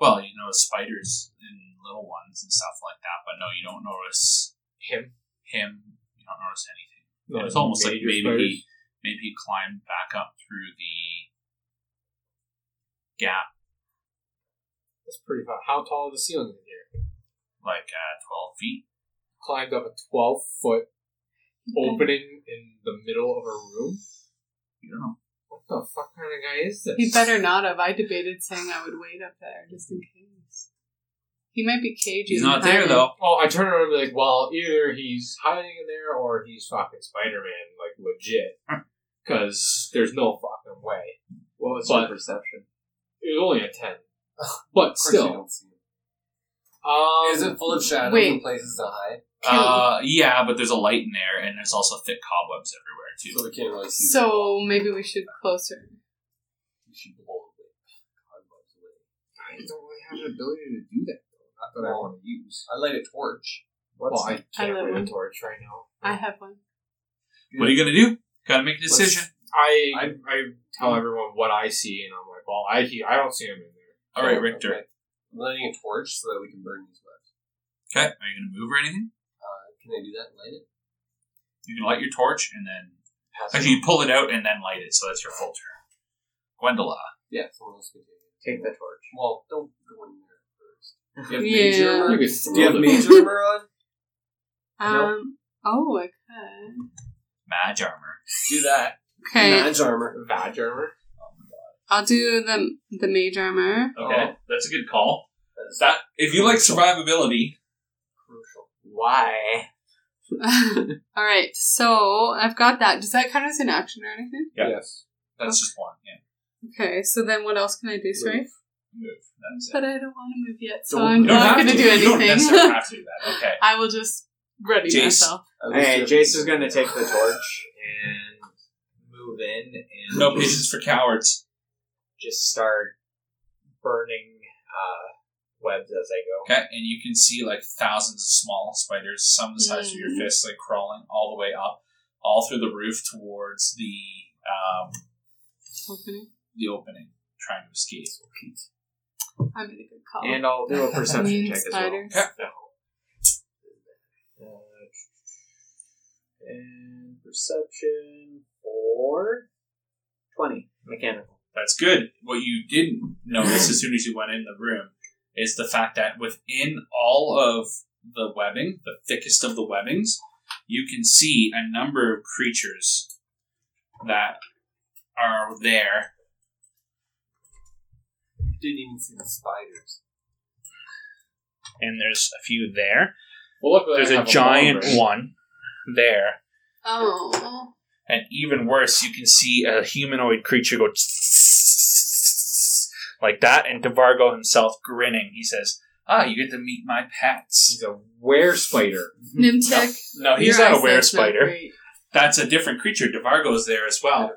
S1: Well, you notice spiders and little ones and stuff like that, but no, you don't notice
S4: Him?
S1: him. You don't notice anything.
S4: No,
S1: it's almost like
S4: major
S1: maybe
S4: spiders?
S1: he maybe he climbed back up through the gap,
S4: That's pretty high. How tall are the ceilings in here?
S1: like uh, twelve feet.
S4: Climbed up a twelve foot opening in the middle of a room.
S1: You don't know.
S4: What the fuck kind of guy is this?
S2: He better not have. I debated saying I would wait up there just in case. He might be cagey.
S1: He's
S2: and
S1: not there
S2: hiding.
S1: though.
S4: Oh, I turn around and be like, well, either he's hiding in there or he's fucking Spider Man, like legit. Because there's no fucking way.
S5: What was
S4: your
S5: perception?
S4: It was only a 10. But
S6: Of course you
S4: still,
S6: don't see him.
S4: Um,
S6: Is it full of shadows
S2: Wait.
S6: and places to hide?
S1: Uh, yeah, but there's a light in there, and there's also thick cobwebs everywhere too.
S6: So we can't really see.
S2: So maybe we should closer.
S6: them. we should blow the cobwebs away.
S5: I don't really have an ability to do that though. Not that I
S6: Well,
S5: want to use.
S6: I light a torch.
S4: well, I can't
S2: lit
S4: light
S2: one.
S4: a torch right now.
S2: I have one.
S1: What are you gonna do? Gotta make a decision.
S4: I, I
S6: I-
S4: tell everyone what I see, and I'm like, well, I he, I don't see him in there.
S1: All right, Richter.
S6: Okay. I'm lighting a torch so that we can burn these webs.
S1: Okay. Are you gonna move or anything?
S6: Uh, can I do that and light it?
S1: You can light your torch and then
S6: Pass it
S1: actually you
S6: on.
S1: pull it out and then light it. So that's your full turn. Gwendola.
S6: Yeah, someone else can do it.
S5: Take the torch.
S6: Well, don't go in there first. Do you have
S2: Yeah.
S6: major armor?
S4: You could
S6: Do you have
S4: throw
S6: major armor on?
S2: Um. Oh, I could.
S1: Mage armor.
S6: Do that.
S2: Okay,
S6: Mage armor.
S4: Badge armor.
S2: I'll do the the mage armor.
S6: Oh.
S1: Okay, that's a good call.
S6: That is
S1: That if you like survivability,
S6: crucial.
S5: Why?
S2: All right, so I've got that. Does that count as an action or anything?
S1: Yeah.
S4: Yes.
S1: that's just one. Yeah,
S2: Okay, so then what else can I do? Sorry,
S1: move. That's it.
S2: but I don't want to move yet, so
S6: Don't-
S2: I'm
S6: you
S1: don't
S2: not
S1: have
S2: going to
S1: to.
S2: do
S1: You don't necessarily
S2: anything.
S1: have to do that. Okay.
S2: I will just ready
S1: Jace.
S2: myself.
S5: Alright, Jace is gonna take the torch and move in and
S1: No
S5: just,
S1: patience for cowards.
S5: just start burning uh, webs as I go.
S1: Okay, and you can see like thousands of small spiders, some the size of your
S2: Mm-hmm.
S1: fist, like crawling all the way up, all through the roof towards the um,
S2: Opening.
S1: the opening, trying to escape.
S2: I made a good call.
S5: And I'll do a perception
S2: Mean
S5: check
S2: spiders.
S5: as well. No. Uh, and perception for 20. Mechanical.
S1: That's good. What you didn't notice as soon as you went in the room is the fact that within all of the webbing, the thickest of the webbings, you can see a number of creatures that are there.
S6: You didn't even see the spiders.
S9: and there's a few there.
S4: Well, luckily
S9: There's
S4: I
S9: a
S4: have
S9: giant
S4: long range.
S9: one there.
S2: Oh,
S9: And even worse, you can see a humanoid creature go like that, and DeVargo himself grinning. He says, Ah, you get to meet my pets.
S4: He's a were spider.
S2: Nimtek.
S9: No, he's not
S2: your
S9: a
S2: eyesight's
S9: were spider.
S2: great.
S1: That's a different creature. DeVargo's there as well.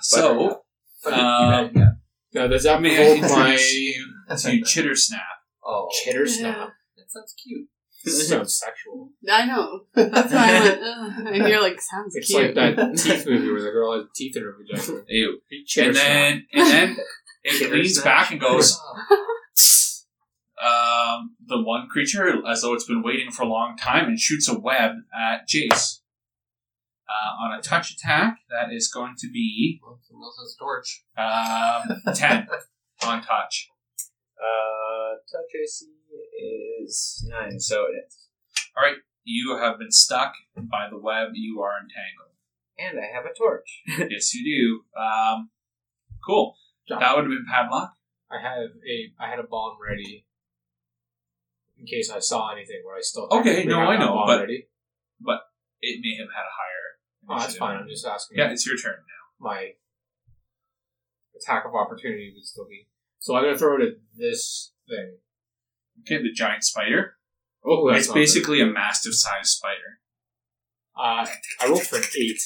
S1: So, um,
S4: Now, does that
S1: may I
S4: provoke my
S1: introduce you to Chitter Snap?
S6: Oh,
S4: chitter
S2: Yeah.
S4: snap?
S6: that sounds cute.
S4: Sounds sexual.
S2: I know. That's why I went. Ugh. And you're like, sounds
S4: It's
S2: cute.
S4: like that teeth movie where the girl has teeth in her vagina.
S1: Ew.
S4: Chitter
S1: and then and then it
S5: Chitter
S1: leans
S5: snap.
S1: back and goes.
S6: Oh,
S1: Um, the one creature, as though it's been waiting for a long time, and shoots a web at Jace uh, on a touch attack. That is going to be
S6: well, someone else has a torch.
S1: um, ten on touch.
S5: Uh, touch AC is 9, so it's.
S1: You have been stuck by the web. You are entangled.
S5: And I have a torch.
S1: yes, you do. Um, cool.
S4: snap.
S1: That would have been padlock.
S4: I have a I had a bomb ready in case I saw anything where I still
S1: Okay,
S4: technically
S1: no,
S4: had
S1: I
S4: that
S1: know,
S4: bomb
S1: but-
S4: ready.
S1: It may have had a higher.
S4: Oh, that's
S1: initiative.
S4: fine. I'm just asking.
S1: Yeah, it's your turn now.
S4: my attack of opportunity would still be. So I'm gonna throw it at this thing.
S1: Okay, the giant spider.
S4: Oh, that's
S1: it's
S4: not
S1: basically a massive sized spider.
S4: good. Uh, I rolled for an eight.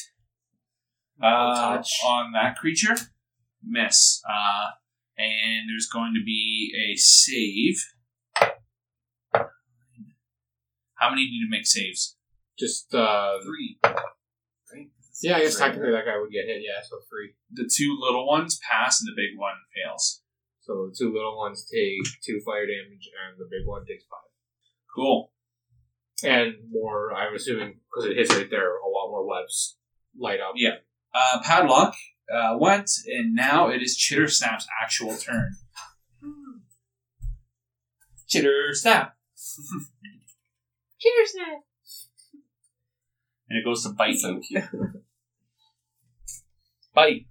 S1: Uh,
S4: touch.
S1: on that creature. Miss. Uh, and there's going to be a save. How many need to make saves?
S4: Just uh,
S6: Three. Right?
S4: yeah, I guess technically that guy would get hit. Yeah, so three.
S1: The two little ones pass and the big one fails.
S4: So the two little ones take two fire damage, and the big one takes five.
S1: Cool.
S4: And more, I'm assuming, because it hits right there, a lot more webs light up.
S1: Yeah. Uh, Padlock uh, went, and now it is Chitter Snap's actual turn. Chitter Snap.
S2: Cheers, Ned.
S1: And it goes to bite
S6: So
S1: you.
S6: cute.
S1: Bite.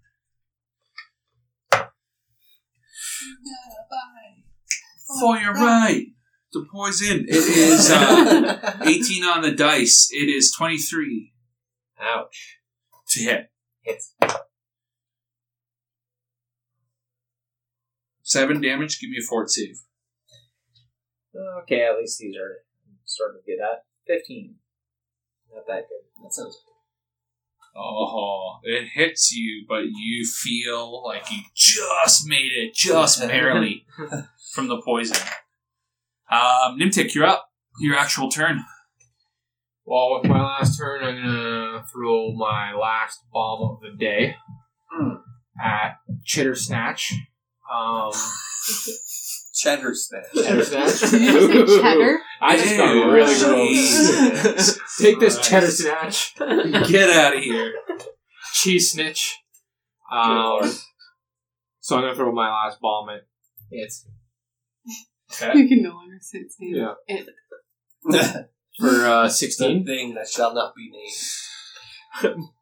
S1: Fire right. The poison. It is uh, 18 on the dice. It is 23
S5: Ouch.
S1: to hit.
S5: Hits.
S1: Seven damage. Give me a fort save.
S5: Okay, at least these are starting to get at 15. Not that good. That sounds good.
S1: Oh, it hits you, but you feel like you just made it, just barely, from the poison. Um, Nimtik, you're up. Your actual turn.
S4: Well, with my last turn, I'm gonna throw my last bomb of the day
S6: Hmm.
S4: at Chitter Snatch. Um,
S6: Cheddar snatch.
S4: Cheddar Snatch.
S2: Did you say cheddar?
S4: I just got
S1: Ew.
S4: really
S1: Jeez.
S4: gross. Take this Cheddar Snatch,
S1: Get out of here.
S4: cheese snitch. Um, so I'm gonna throw my last bomb at it
S2: You can no longer say its name.
S4: Yeah.
S2: It.
S4: for uh,
S6: The
S4: 16.
S6: thing that shall not be named.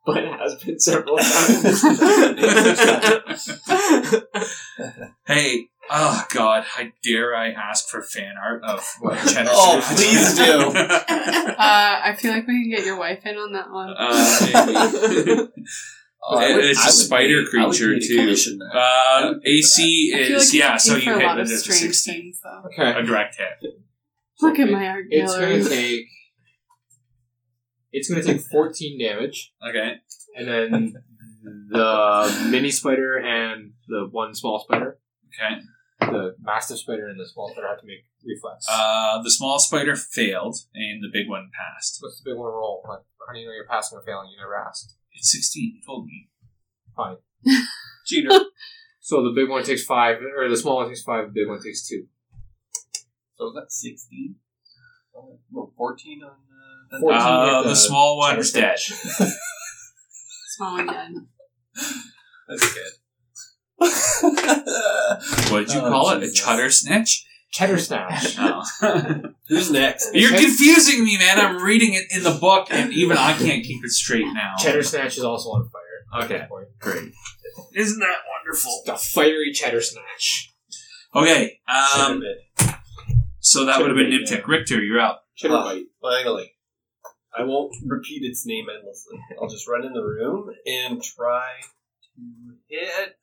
S5: But it has been several
S6: Oh,
S5: times.
S1: Hey, oh god, I dare I ask for fan art of what Cheddar
S6: Oh,
S1: Snatch?
S6: please
S2: Uh, I feel like we can get your wife in on that one.
S1: uh, maybe.
S6: Oh, I
S1: It-
S6: would-
S1: it's a
S6: I would
S1: spider
S6: pay- I would pay
S1: creature,
S6: to
S1: too.
S6: commission that.
S1: Uh, AC
S2: I feel like
S1: is
S2: you
S1: yeah,
S2: could
S1: so
S2: pay
S1: you
S2: for a
S1: hit
S2: lot
S1: it
S2: of
S1: as a
S2: strange
S1: sixteen,
S2: things, though.
S4: Okay.
S1: a direct hit.
S2: Look at
S4: It-
S2: my art
S4: It's
S2: gallery.
S4: gonna take. It's gonna take 14 damage,
S1: Okay,
S4: and then the mini spider and the one small spider,
S1: okay.
S4: the massive spider and the small spider have to make reflex.
S1: Uh, the small spider failed, and the big one passed.
S4: What's the big one roll? Like, how do you know you're passing or failing? You never asked.
S1: It's sixteen. You told me.
S6: Cheater.
S2: Uh,
S4: So the big one takes five, or the small one takes five, the big one takes two.
S6: So is that 16? No, 14 on. Uh,
S4: 14
S1: Uh,
S4: hit
S1: the,
S4: the
S1: small one's
S4: spider
S1: dead.
S2: Small and dead.
S6: That's good.
S1: What did you
S6: Oh,
S1: call it? A
S6: Jesus.
S1: chutter snitch?
S4: Cheddar snatch.
S1: No.
S6: Who's next?
S1: You're confusing me, man. I'm reading it in the book, and even I can't keep it straight now.
S4: cheddar snatch is also on fire.
S1: Okay. Great. Isn't that wonderful?
S4: The fiery cheddar snatch.
S1: Okay. Um,
S6: Um,
S1: so that would have been
S6: Should've been,
S1: Nimtik. Richter, you're up.
S6: Cheddar
S4: Uh,
S6: bite. Finally. I won't repeat its name endlessly. I'll just run in the room and try to hit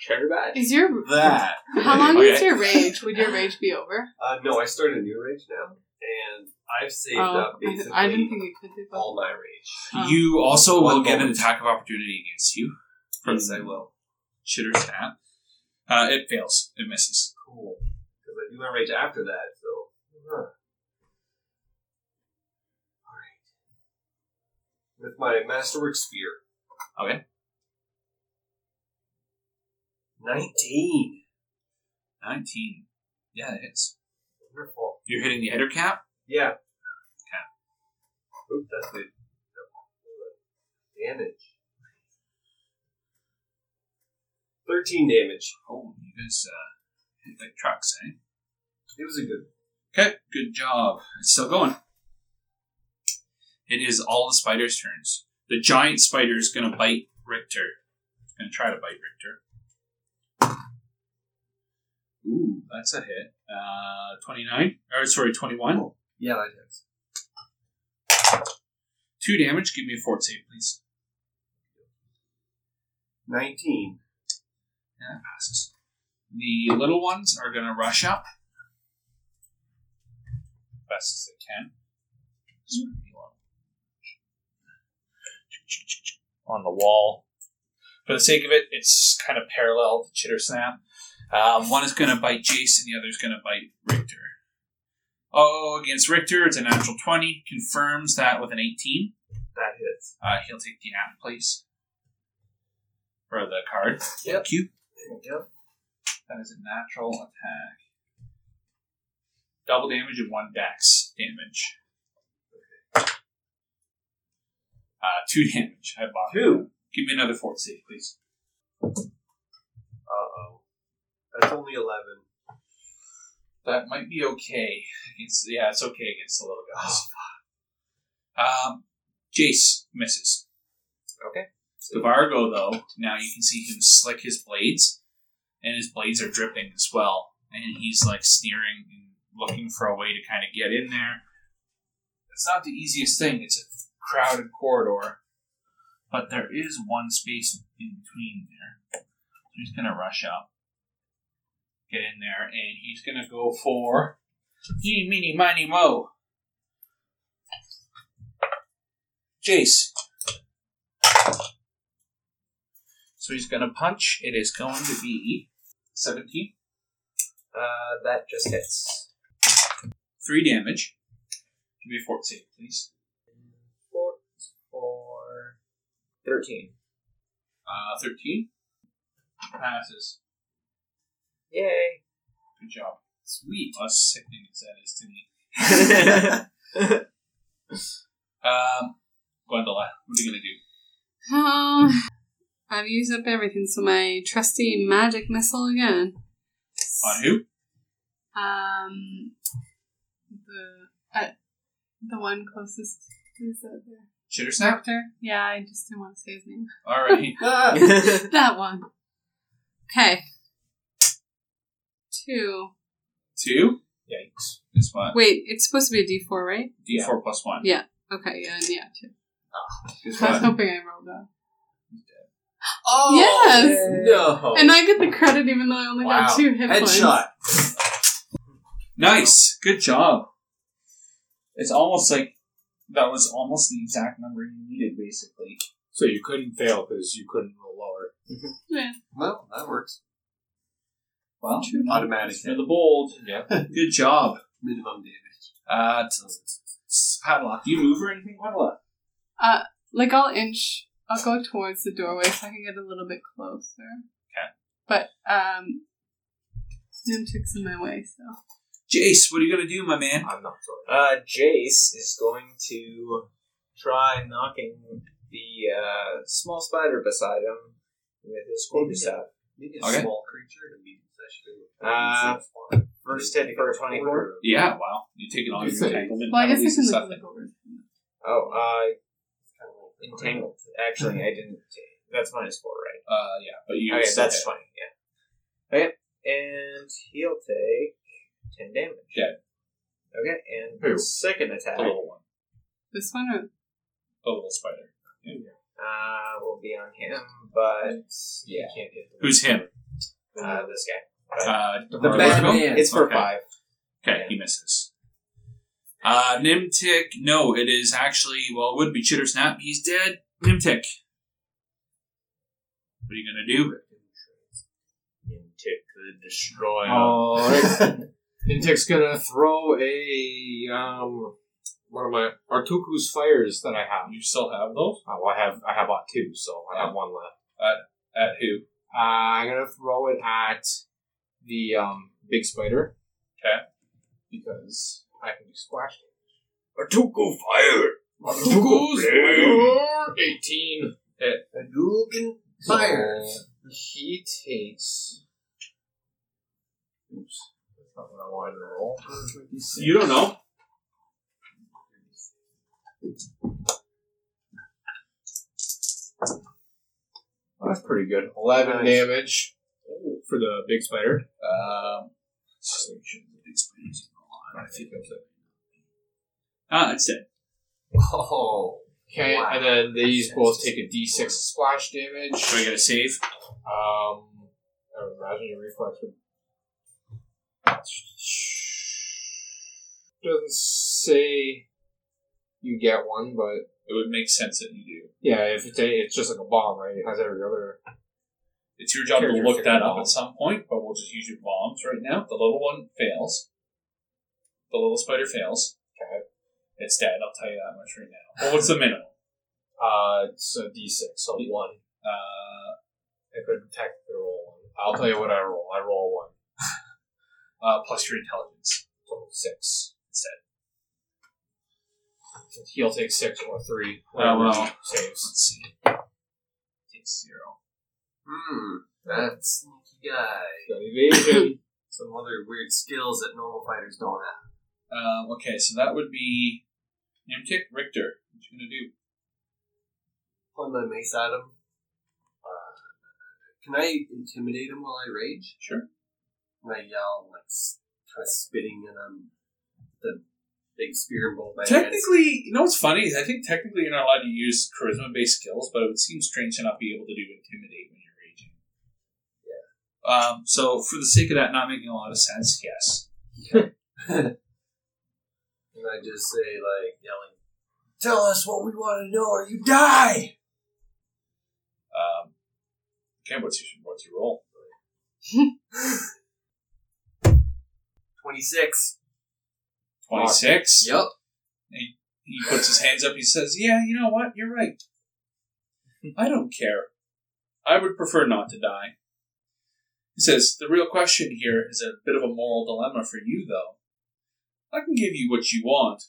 S5: Cheddar bite?
S2: Is your
S6: that.
S2: how long
S1: Okay.
S2: is your rage? Would your rage be over?
S6: Uh, no, I started a new rage now, and I've saved
S2: Oh,
S6: up basically
S2: I, I didn't think it could do that.
S6: all my rage.
S2: Oh.
S1: You also
S6: One
S1: will get an
S6: moment.
S1: attack of opportunity against you from
S6: Yes, I will.
S1: Chitter's hat. Uh, it fails. It misses.
S6: Cool. Because I do my rage after that, so. Huh. Alright. With my Masterwork Spear.
S1: Okay.
S6: 19.
S1: 19. Yeah, it hits.
S6: Wonderful.
S1: You're hitting the header cap?
S6: Yeah. Oop, that's good. Damage. 13 damage.
S1: Oh, you guys uh, hit like trucks, eh?
S6: It was a good
S1: Okay, good job. It's still going. It is all the spider's turns. The giant spider is going to bite Richter. It's going to try to bite Richter. Ooh, that's a hit. Uh, 29, or sorry, 21.
S6: Oh, Yeah, that hits.
S1: Two damage. Give me a fort save, please.
S6: 19.
S1: Yeah, that passes. The little ones are going to rush up. Best as they can. Sorry, Milo. On the wall. For the sake of it, it's kind of parallel to Chitter Snap. Um, one is going to bite Jason, the other is going to bite Richter. Oh, against Richter, it's a natural 20. Confirms that with an 18.
S6: That hits.
S1: Uh, he'll take the app, please. Or the card. Thank you.
S6: Yep.
S1: That is a natural attack. Double damage and one dex damage. Uh, two damage. I bought
S6: Two.
S1: Give me another fort save, please.
S6: Uh oh. That's only 11.
S1: That might be okay. Against, yeah, it's okay against the little guys. um, Jace misses.
S6: Okay.
S1: The Vargo, though, now you can see him slick his blades, and his blades are dripping as well. And he's like sneering and looking for a way to kind of get in there. It's not the easiest thing, it's a crowded corridor, but there is one space in between there. So he's going to rush up. get in there, and he's gonna go for eeny, meeny, miny, mo. Jace. So he's gonna punch. It is going to be seventeen,
S5: Uh, that just hits.
S1: three damage. Give me a fort save, please.
S5: Four, four, thirteen.
S1: Uh, thirteen passes.
S5: Yay!
S1: Good job. Sweet. As sickening as that is to me. Um, Gwendola, what are you gonna do?
S2: Um, I've used up everything, so my trusty magic missile again.
S1: On who?
S2: Um, the uh, the one closest is that the
S1: Chitter snap.
S2: doctor? Yeah, I just didn't want to say his name.
S1: All right.
S6: Oh!
S2: that one. Okay. Two.
S1: Two.
S4: Yikes.
S1: This one.
S2: Wait, it's supposed to be a D four, right?
S1: D four plus one.
S2: Yeah. Okay, yeah, and yeah, two.
S1: Guess
S2: I was
S1: what?
S2: hoping I rolled that.
S6: Oh
S2: Yes!
S6: no!
S2: And I get the credit even though I only got
S6: Wow.
S2: two hit points.
S6: Headshot.
S1: Nice. Good job. It's almost like that was almost the exact number you needed, basically.
S4: So you couldn't fail because you couldn't roll lower.
S2: Yeah.
S6: Well, that works.
S1: Well,
S6: Automatic
S1: for the bold.
S4: Yeah.
S1: Good job.
S6: minimum damage.
S1: Uh, t- t- padlock. Do you move or anything, Padlock?
S2: Like I'll inch I'll go towards the doorway so I can get a little bit closer.
S1: Okay.
S2: But um Nimchick's in my way, so
S1: Jace, what are you gonna do, my man?
S4: I'm not sorry.
S5: uh, Jace is going to try knocking the uh, small spider beside him with his quarterstaff.
S6: Maybe a
S1: Okay.
S6: small creature and a medium
S5: Uh,
S6: size.
S5: First hit for a twenty-four.
S1: Yeah. Wow. You're taking all your
S4: It's like-
S1: entanglement
S2: well I guess I
S1: penalties and
S2: can
S1: stuff.
S2: look like over.
S5: Oh, uh, entangled. Actually, I didn't. take- That's minus four, right?
S1: Uh, yeah. But you.
S5: Okay,
S1: still
S5: Oh, that's
S1: hit.
S5: fine. Yeah. Okay, and he'll take ten damage.
S1: Yeah.
S5: Okay, and
S4: Who?
S5: second attack
S1: the little one,
S2: This one or
S1: the little spider.
S5: uh, will be on him, but yeah,
S4: You can't hit the
S1: Who's him?
S5: uh, this guy.
S1: Uh,
S5: The
S6: Batman.
S5: It's for
S1: Okay.
S5: five.
S1: Okay, he misses. Uh, Nimtik, no, it is actually, well, it would be Chitter Snap. He's dead. Nimtik. What are you going to do?
S5: Tick the destroyer.
S1: Oh.
S4: Alright. Nintek's gonna throw a um one of my Artuku's fires that I have.
S1: You still have those?
S4: Oh, I have I have about two, so I have one left.
S1: At who?
S4: Uh, I'm gonna throw it at the um big spider.
S1: Okay.
S4: Because I can do splash
S5: Artuku fire.
S4: Artuku's fire! eighteen.
S6: Hadouken fire.
S4: He takes. Oops, that's not what I wanted to roll.
S1: You don't know.
S4: Well, Oh, that's pretty good. Eleven
S6: Nice.
S4: damage for the big spider.
S1: Um, ah, it's dead.
S6: Oh,
S4: Okay,
S6: Wow.
S4: and then these both take a D6 splash damage.
S1: Do I get a save?
S4: Um, I would imagine your reflex would. Doesn't say you get one, but
S1: It would make sense that you do.
S4: yeah, if it's a, it's just like a bomb, right? It has every other.
S1: It's your job to
S4: Character
S1: look that
S4: figure
S1: up
S4: bomb.
S1: at some point, but we'll just use your bombs right now. The little one fails. The little spider fails.
S4: Okay.
S1: It's dead, I'll tell you that much right now. Well, what's the minimum?
S4: Uh, it's a D6, so one.
S1: Uh,
S4: I could technically roll one. I'll tell you what I roll. I roll one.
S1: uh, plus your intelligence.
S4: So six instead. He'll take six or three. Um, uh,
S1: Oh, well.
S4: whatever Saves.
S1: Let's see. Takes zero.
S6: hmm, that sneaky guy.
S4: Got evasion.
S6: Some other weird skills that normal fighters don't have.
S1: Um, okay, so that would be Nimtik Richter. What you gonna do?
S6: Pulling my mace at him. Uh, can I intimidate him while I rage?
S1: Sure.
S6: And I yell, like, s- kind of spitting at him. The big spear in both my hands.
S1: Technically, you know what's funny is I think technically you're not allowed to use charisma based skills, but it would seem strange to not be able to do intimidate when you're raging. Yeah. Um, so for the sake of that not making a lot of sense, yes.
S6: And I just say, like, yelling, Tell us what we want to know or you die!
S1: Um, okay, what's your what's your role?
S6: 26.
S1: Twenty six.
S6: Yep.
S1: He puts his hands up. He says, "Yeah, you know what? You're right. I don't care. I would prefer not to die." He says, "The real question here is a bit of a moral dilemma for you, though. I can give you what you want,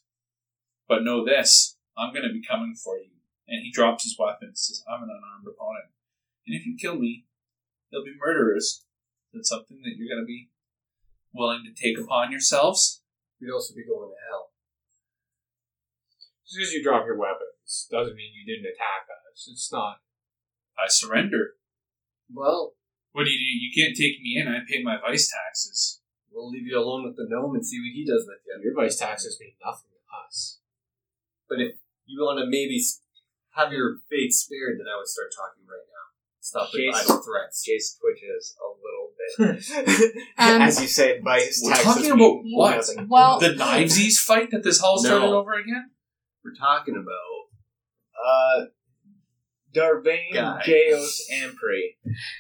S1: but know this: I'm going to be coming for you." And he drops his weapon. Says, "I'm an unarmed opponent, and if you kill me, they'll be murderers. That's something that you're going to be willing to take upon yourselves."
S6: We'd also be going to hell.
S4: Just because you drop your weapons doesn't mean you didn't attack us. It's not.
S1: I surrender.
S6: Well,
S1: What do you do? You can't take me in. I pay my vice taxes.
S6: we'll leave you alone with the gnome and see what he does with you.
S4: Your vice taxes mean nothing to us.
S6: But if you want to maybe s- have your fate spared, then I would start talking right now. Stop the
S5: Jason.
S6: idle threats.
S5: Jace twitches a little bit.
S2: Um,
S5: As you say, vice
S1: We're
S5: taxes
S1: talking
S5: mean
S1: about what?
S5: nothing.
S2: Well-
S1: The Knivesies fight that this hall started
S6: No.
S1: over again?
S6: We're talking about
S5: Uh, Darvain,
S6: Guy.
S5: Jaos, and Pri.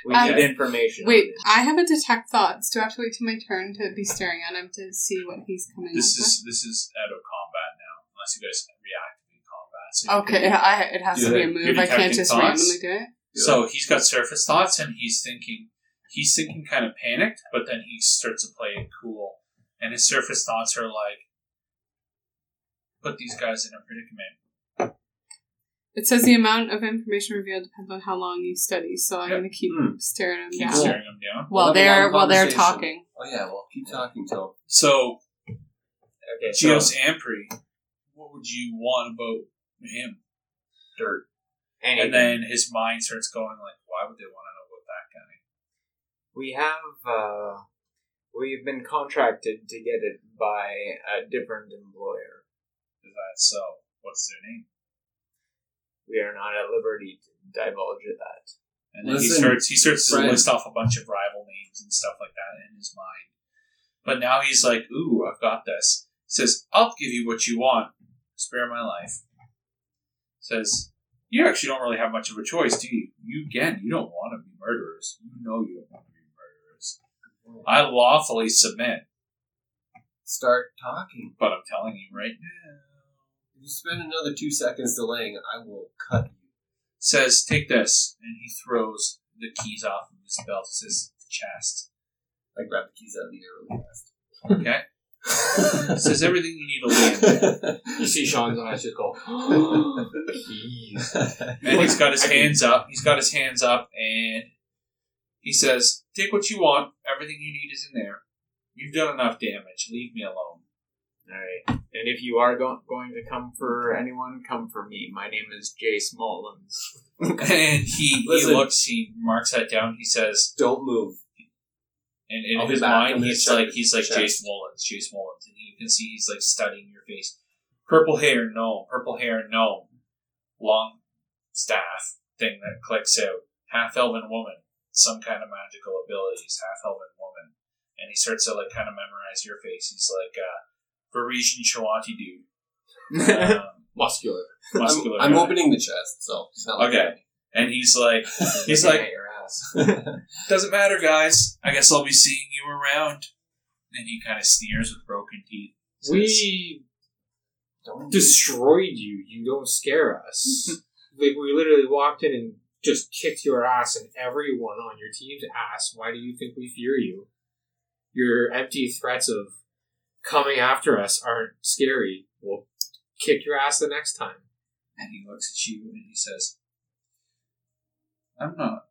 S5: We
S2: Um,
S5: need information. on
S2: Wait,
S5: this.
S2: I have a detect thoughts. Do I have to wait till my turn to be staring at him to see what he's coming
S1: This
S2: up
S1: is this is out of combat now, unless you guys react in combat. So you
S2: with? Okay,
S1: can-
S2: I, it has
S1: Do
S2: to be
S1: that.
S2: a
S1: You're
S2: move. I can't
S1: detecting
S2: just
S1: thoughts?
S2: randomly do it.
S1: So he's got surface thoughts, and he's thinking. He's thinking kind of panicked, but then he starts to play it cool, and his surface thoughts are like, "Put these guys in a predicament."
S2: It says the amount of information revealed depends on how long you study, so I'm
S1: Yep.
S2: going to keep
S6: Hmm.
S2: staring at him
S1: Keep
S2: down
S1: staring them down.
S2: while
S6: Well,
S2: they're
S6: that'd be a long
S2: while they're
S6: conversation.
S2: talking.
S6: Oh yeah, well, keep talking till
S1: So
S5: Okay, so
S1: Geos Ampri, what would you want about him?
S6: dirt.
S5: anything.
S1: And then his mind starts going like, why would they want to know about that guy?
S5: we have uh, we've been contracted to get it by a different employer.
S1: Is that so? What's their name?
S5: We are not at liberty to divulge that.
S1: And then he
S6: Listen,
S1: starts he starts to
S6: Brian.
S1: list off a bunch of rival names and stuff like that in his mind. But now he's like, ooh, I've got this. Says, I'll give you what you want. Spare my life. Says, you actually don't really have much of a choice, do you? You again, you don't want to be murderers. You know you don't want to be murderers. I lawfully submit.
S6: Start talking.
S1: But I'm telling you right now.
S6: If you spend another two seconds delaying, I will cut you.
S1: Says, take this. And he throws the keys off of his belt. He says, chest.
S6: I grabbed the keys out of the air really
S1: Okay? says, everything you need to land.
S4: You see Sean's eyes just go. Keys.
S1: And he's got his hands up. He's got his hands up, and he says, "Take what you want. Everything you need is in there. You've done enough damage. Leave me alone."
S5: All right. And if you are go- going to come for anyone, come for me. My name is Jace Mullins.
S1: And he, he
S6: Listen.
S1: looks. He marks that down. He says,
S6: Don't move.
S1: and in
S6: I'll be
S1: his
S6: back. I'm
S1: mind,
S6: gonna
S1: he's
S6: check
S1: like,
S6: his
S1: he's like
S6: chest.
S1: Jace Mullins, Jace Mullins, and you can see he's like studying your face. Purple hair, no. Purple hair, no. Long staff thing that clicks out. Half elven woman, some kind of magical abilities. Half elven woman, and he starts to like kind of memorize your face. He's like uh, Parisian Shawanti dude, um,
S4: Muscular.
S1: muscular.
S6: I'm, I'm
S1: guy.
S6: opening the chest, so it's not like
S1: Okay. and he's like, he's like,
S5: your ass.
S1: Doesn't matter, guys. I guess I'll be seeing you around. And he kind of sneers with broken teeth.
S4: We destroyed you. You don't scare us. like we literally walked in and just kicked your ass and everyone on your team's ass. Why do you think we fear you? Your empty threats of coming after us aren't scary. We'll kick your ass the next time.
S1: And he looks at you and he says, I'm not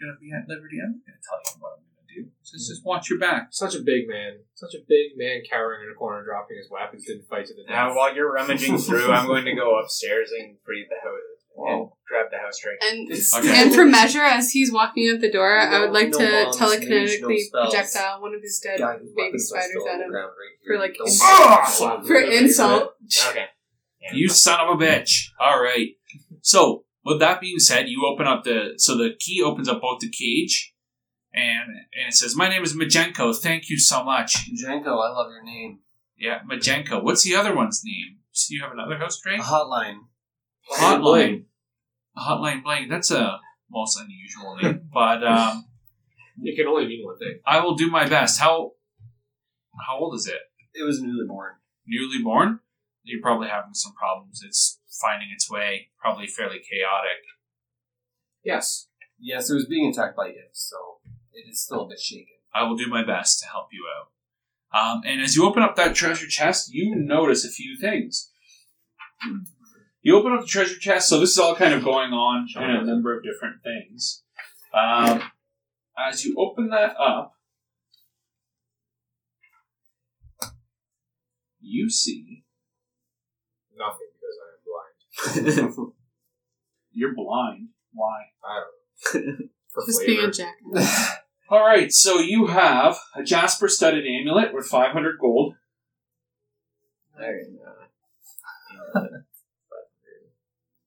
S1: going to be at liberty. I'm not going to tell you what I'm going to do. Just, just watch your back.
S4: Such a big man. Such a big man cowering in a corner, dropping his weapons, didn't fight to the death.
S5: Now, while you're rummaging through, I'm going to go upstairs and free the house and grab the house drink.
S2: And
S1: Okay.
S2: and for measure, as he's walking out the door, I would
S6: No-
S2: like
S6: no
S2: to
S6: bombs,
S2: telekinetically
S6: mage, no spells.
S2: projectile one of his dead
S6: Guy whose
S2: baby
S6: weapons are
S2: spiders
S6: still on
S2: at
S6: the
S2: him
S6: ground right
S2: for
S6: here.
S2: like
S6: Don't-
S4: Ah!
S2: for insult.
S5: Okay. Yeah.
S1: You son of a bitch. All right. So, with that being said, you open up the. So the key opens up both the cage and and it says, "My name is Majenko. Thank you so much."
S5: Janko, I love your name.
S1: Yeah, Majenko. What's the other one's name? So you have another host,
S6: Uh,
S1: right?
S5: hotline.
S1: Hotline. Hotline Blank. That's a most unusual name, but um,
S4: It can only mean one thing.
S1: I will do my best. How how old is it?
S5: It was newly born.
S1: Newly born? You're probably having some problems. It's finding its way. Probably fairly chaotic.
S4: Yes.
S5: Yes, it was being attacked by gifts, so it is still a bit shaken.
S1: I will do my best to help you out. Um, and as you open up that treasure chest, you notice a few things. You open up the treasure chest, so this is all kind of going on in a number of different things. Um, as you open that up, you see
S4: Nothing because I am blind.
S1: you're blind. Why?
S4: For
S2: Just being
S4: flavor.
S2: a jack.
S1: All right, so you have a jasper studded amulet worth 500 gold.
S10: There you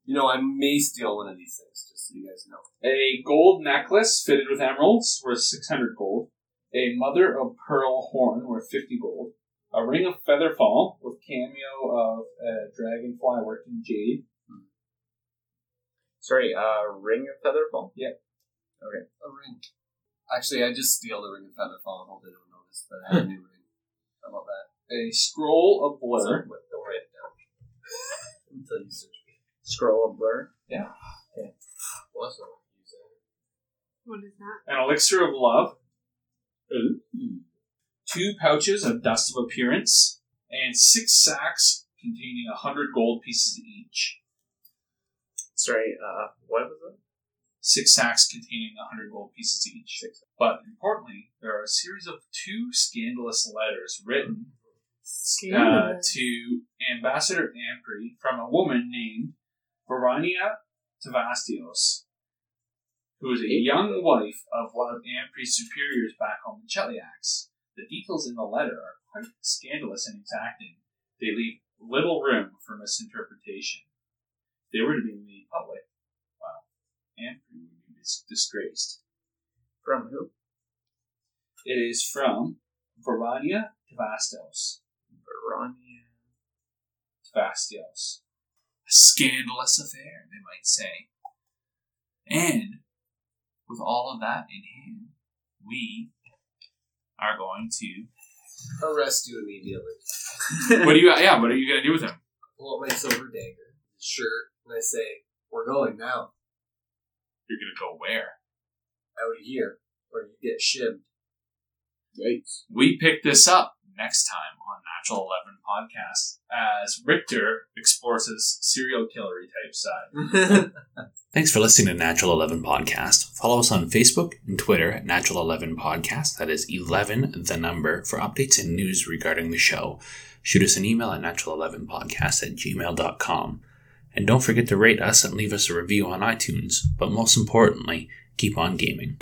S5: You know, I may steal one of these things, just so you guys know.
S1: a gold necklace fitted with emeralds worth 600 gold, a mother of pearl horn worth 50 gold, a ring of feather fall with cameo of a dragonfly worked in jade.
S10: Sorry, uh, ring of feather ball.
S5: A ring. Actually, I just steal the ring of Featherfall and hope they don't notice that I have a new ring. How about that?
S1: A scroll of
S5: So,
S1: blur.
S5: but don't write it down. Until you search me.
S10: Scroll of blur.
S5: Well, that's not what you said.
S2: What is that?
S1: an elixir of love, two pouches of dust of appearance, and six sacks containing a hundred gold pieces each.
S10: Sorry, uh, what was it?
S1: Six sacks containing a hundred gold pieces each. But importantly, there are a series of two scandalous letters written uh,
S2: Scandalous.
S1: to Ambassador Ampri from a woman named Verania Tavastios, who is a young wife of one of Ampri's superiors back home in Cheliax. The details in the letter are quite scandalous and exacting. They leave little room for misinterpretation. If they were to be made public, well, Ampri would be dis- disgraced.
S10: From who?
S1: It is from Verania Tavastos.
S10: Ronnie.
S1: Fastios. A scandalous affair, they might say. And with all of that in hand, we are going to.
S5: Arrest you immediately.
S1: What do you? Yeah, what are you going to do with him?
S5: Pull out my silver dagger, shirt, and I say, We're going now.
S1: You're going to go where?
S5: Out of here, or you get shivved.
S10: Yikes.
S1: We pick this up next time on Natural Eleven podcast as Richter explores his serial killer type side.
S11: Thanks for listening to Natural 11 Podcast. Follow us on Facebook and Twitter at Natural 11 Podcast. That is 11 the number for updates and news regarding the show. Shoot us an email at natural11podcast at gmail.com. And don't forget to rate us and leave us a review on iTunes. But most importantly, keep on gaming.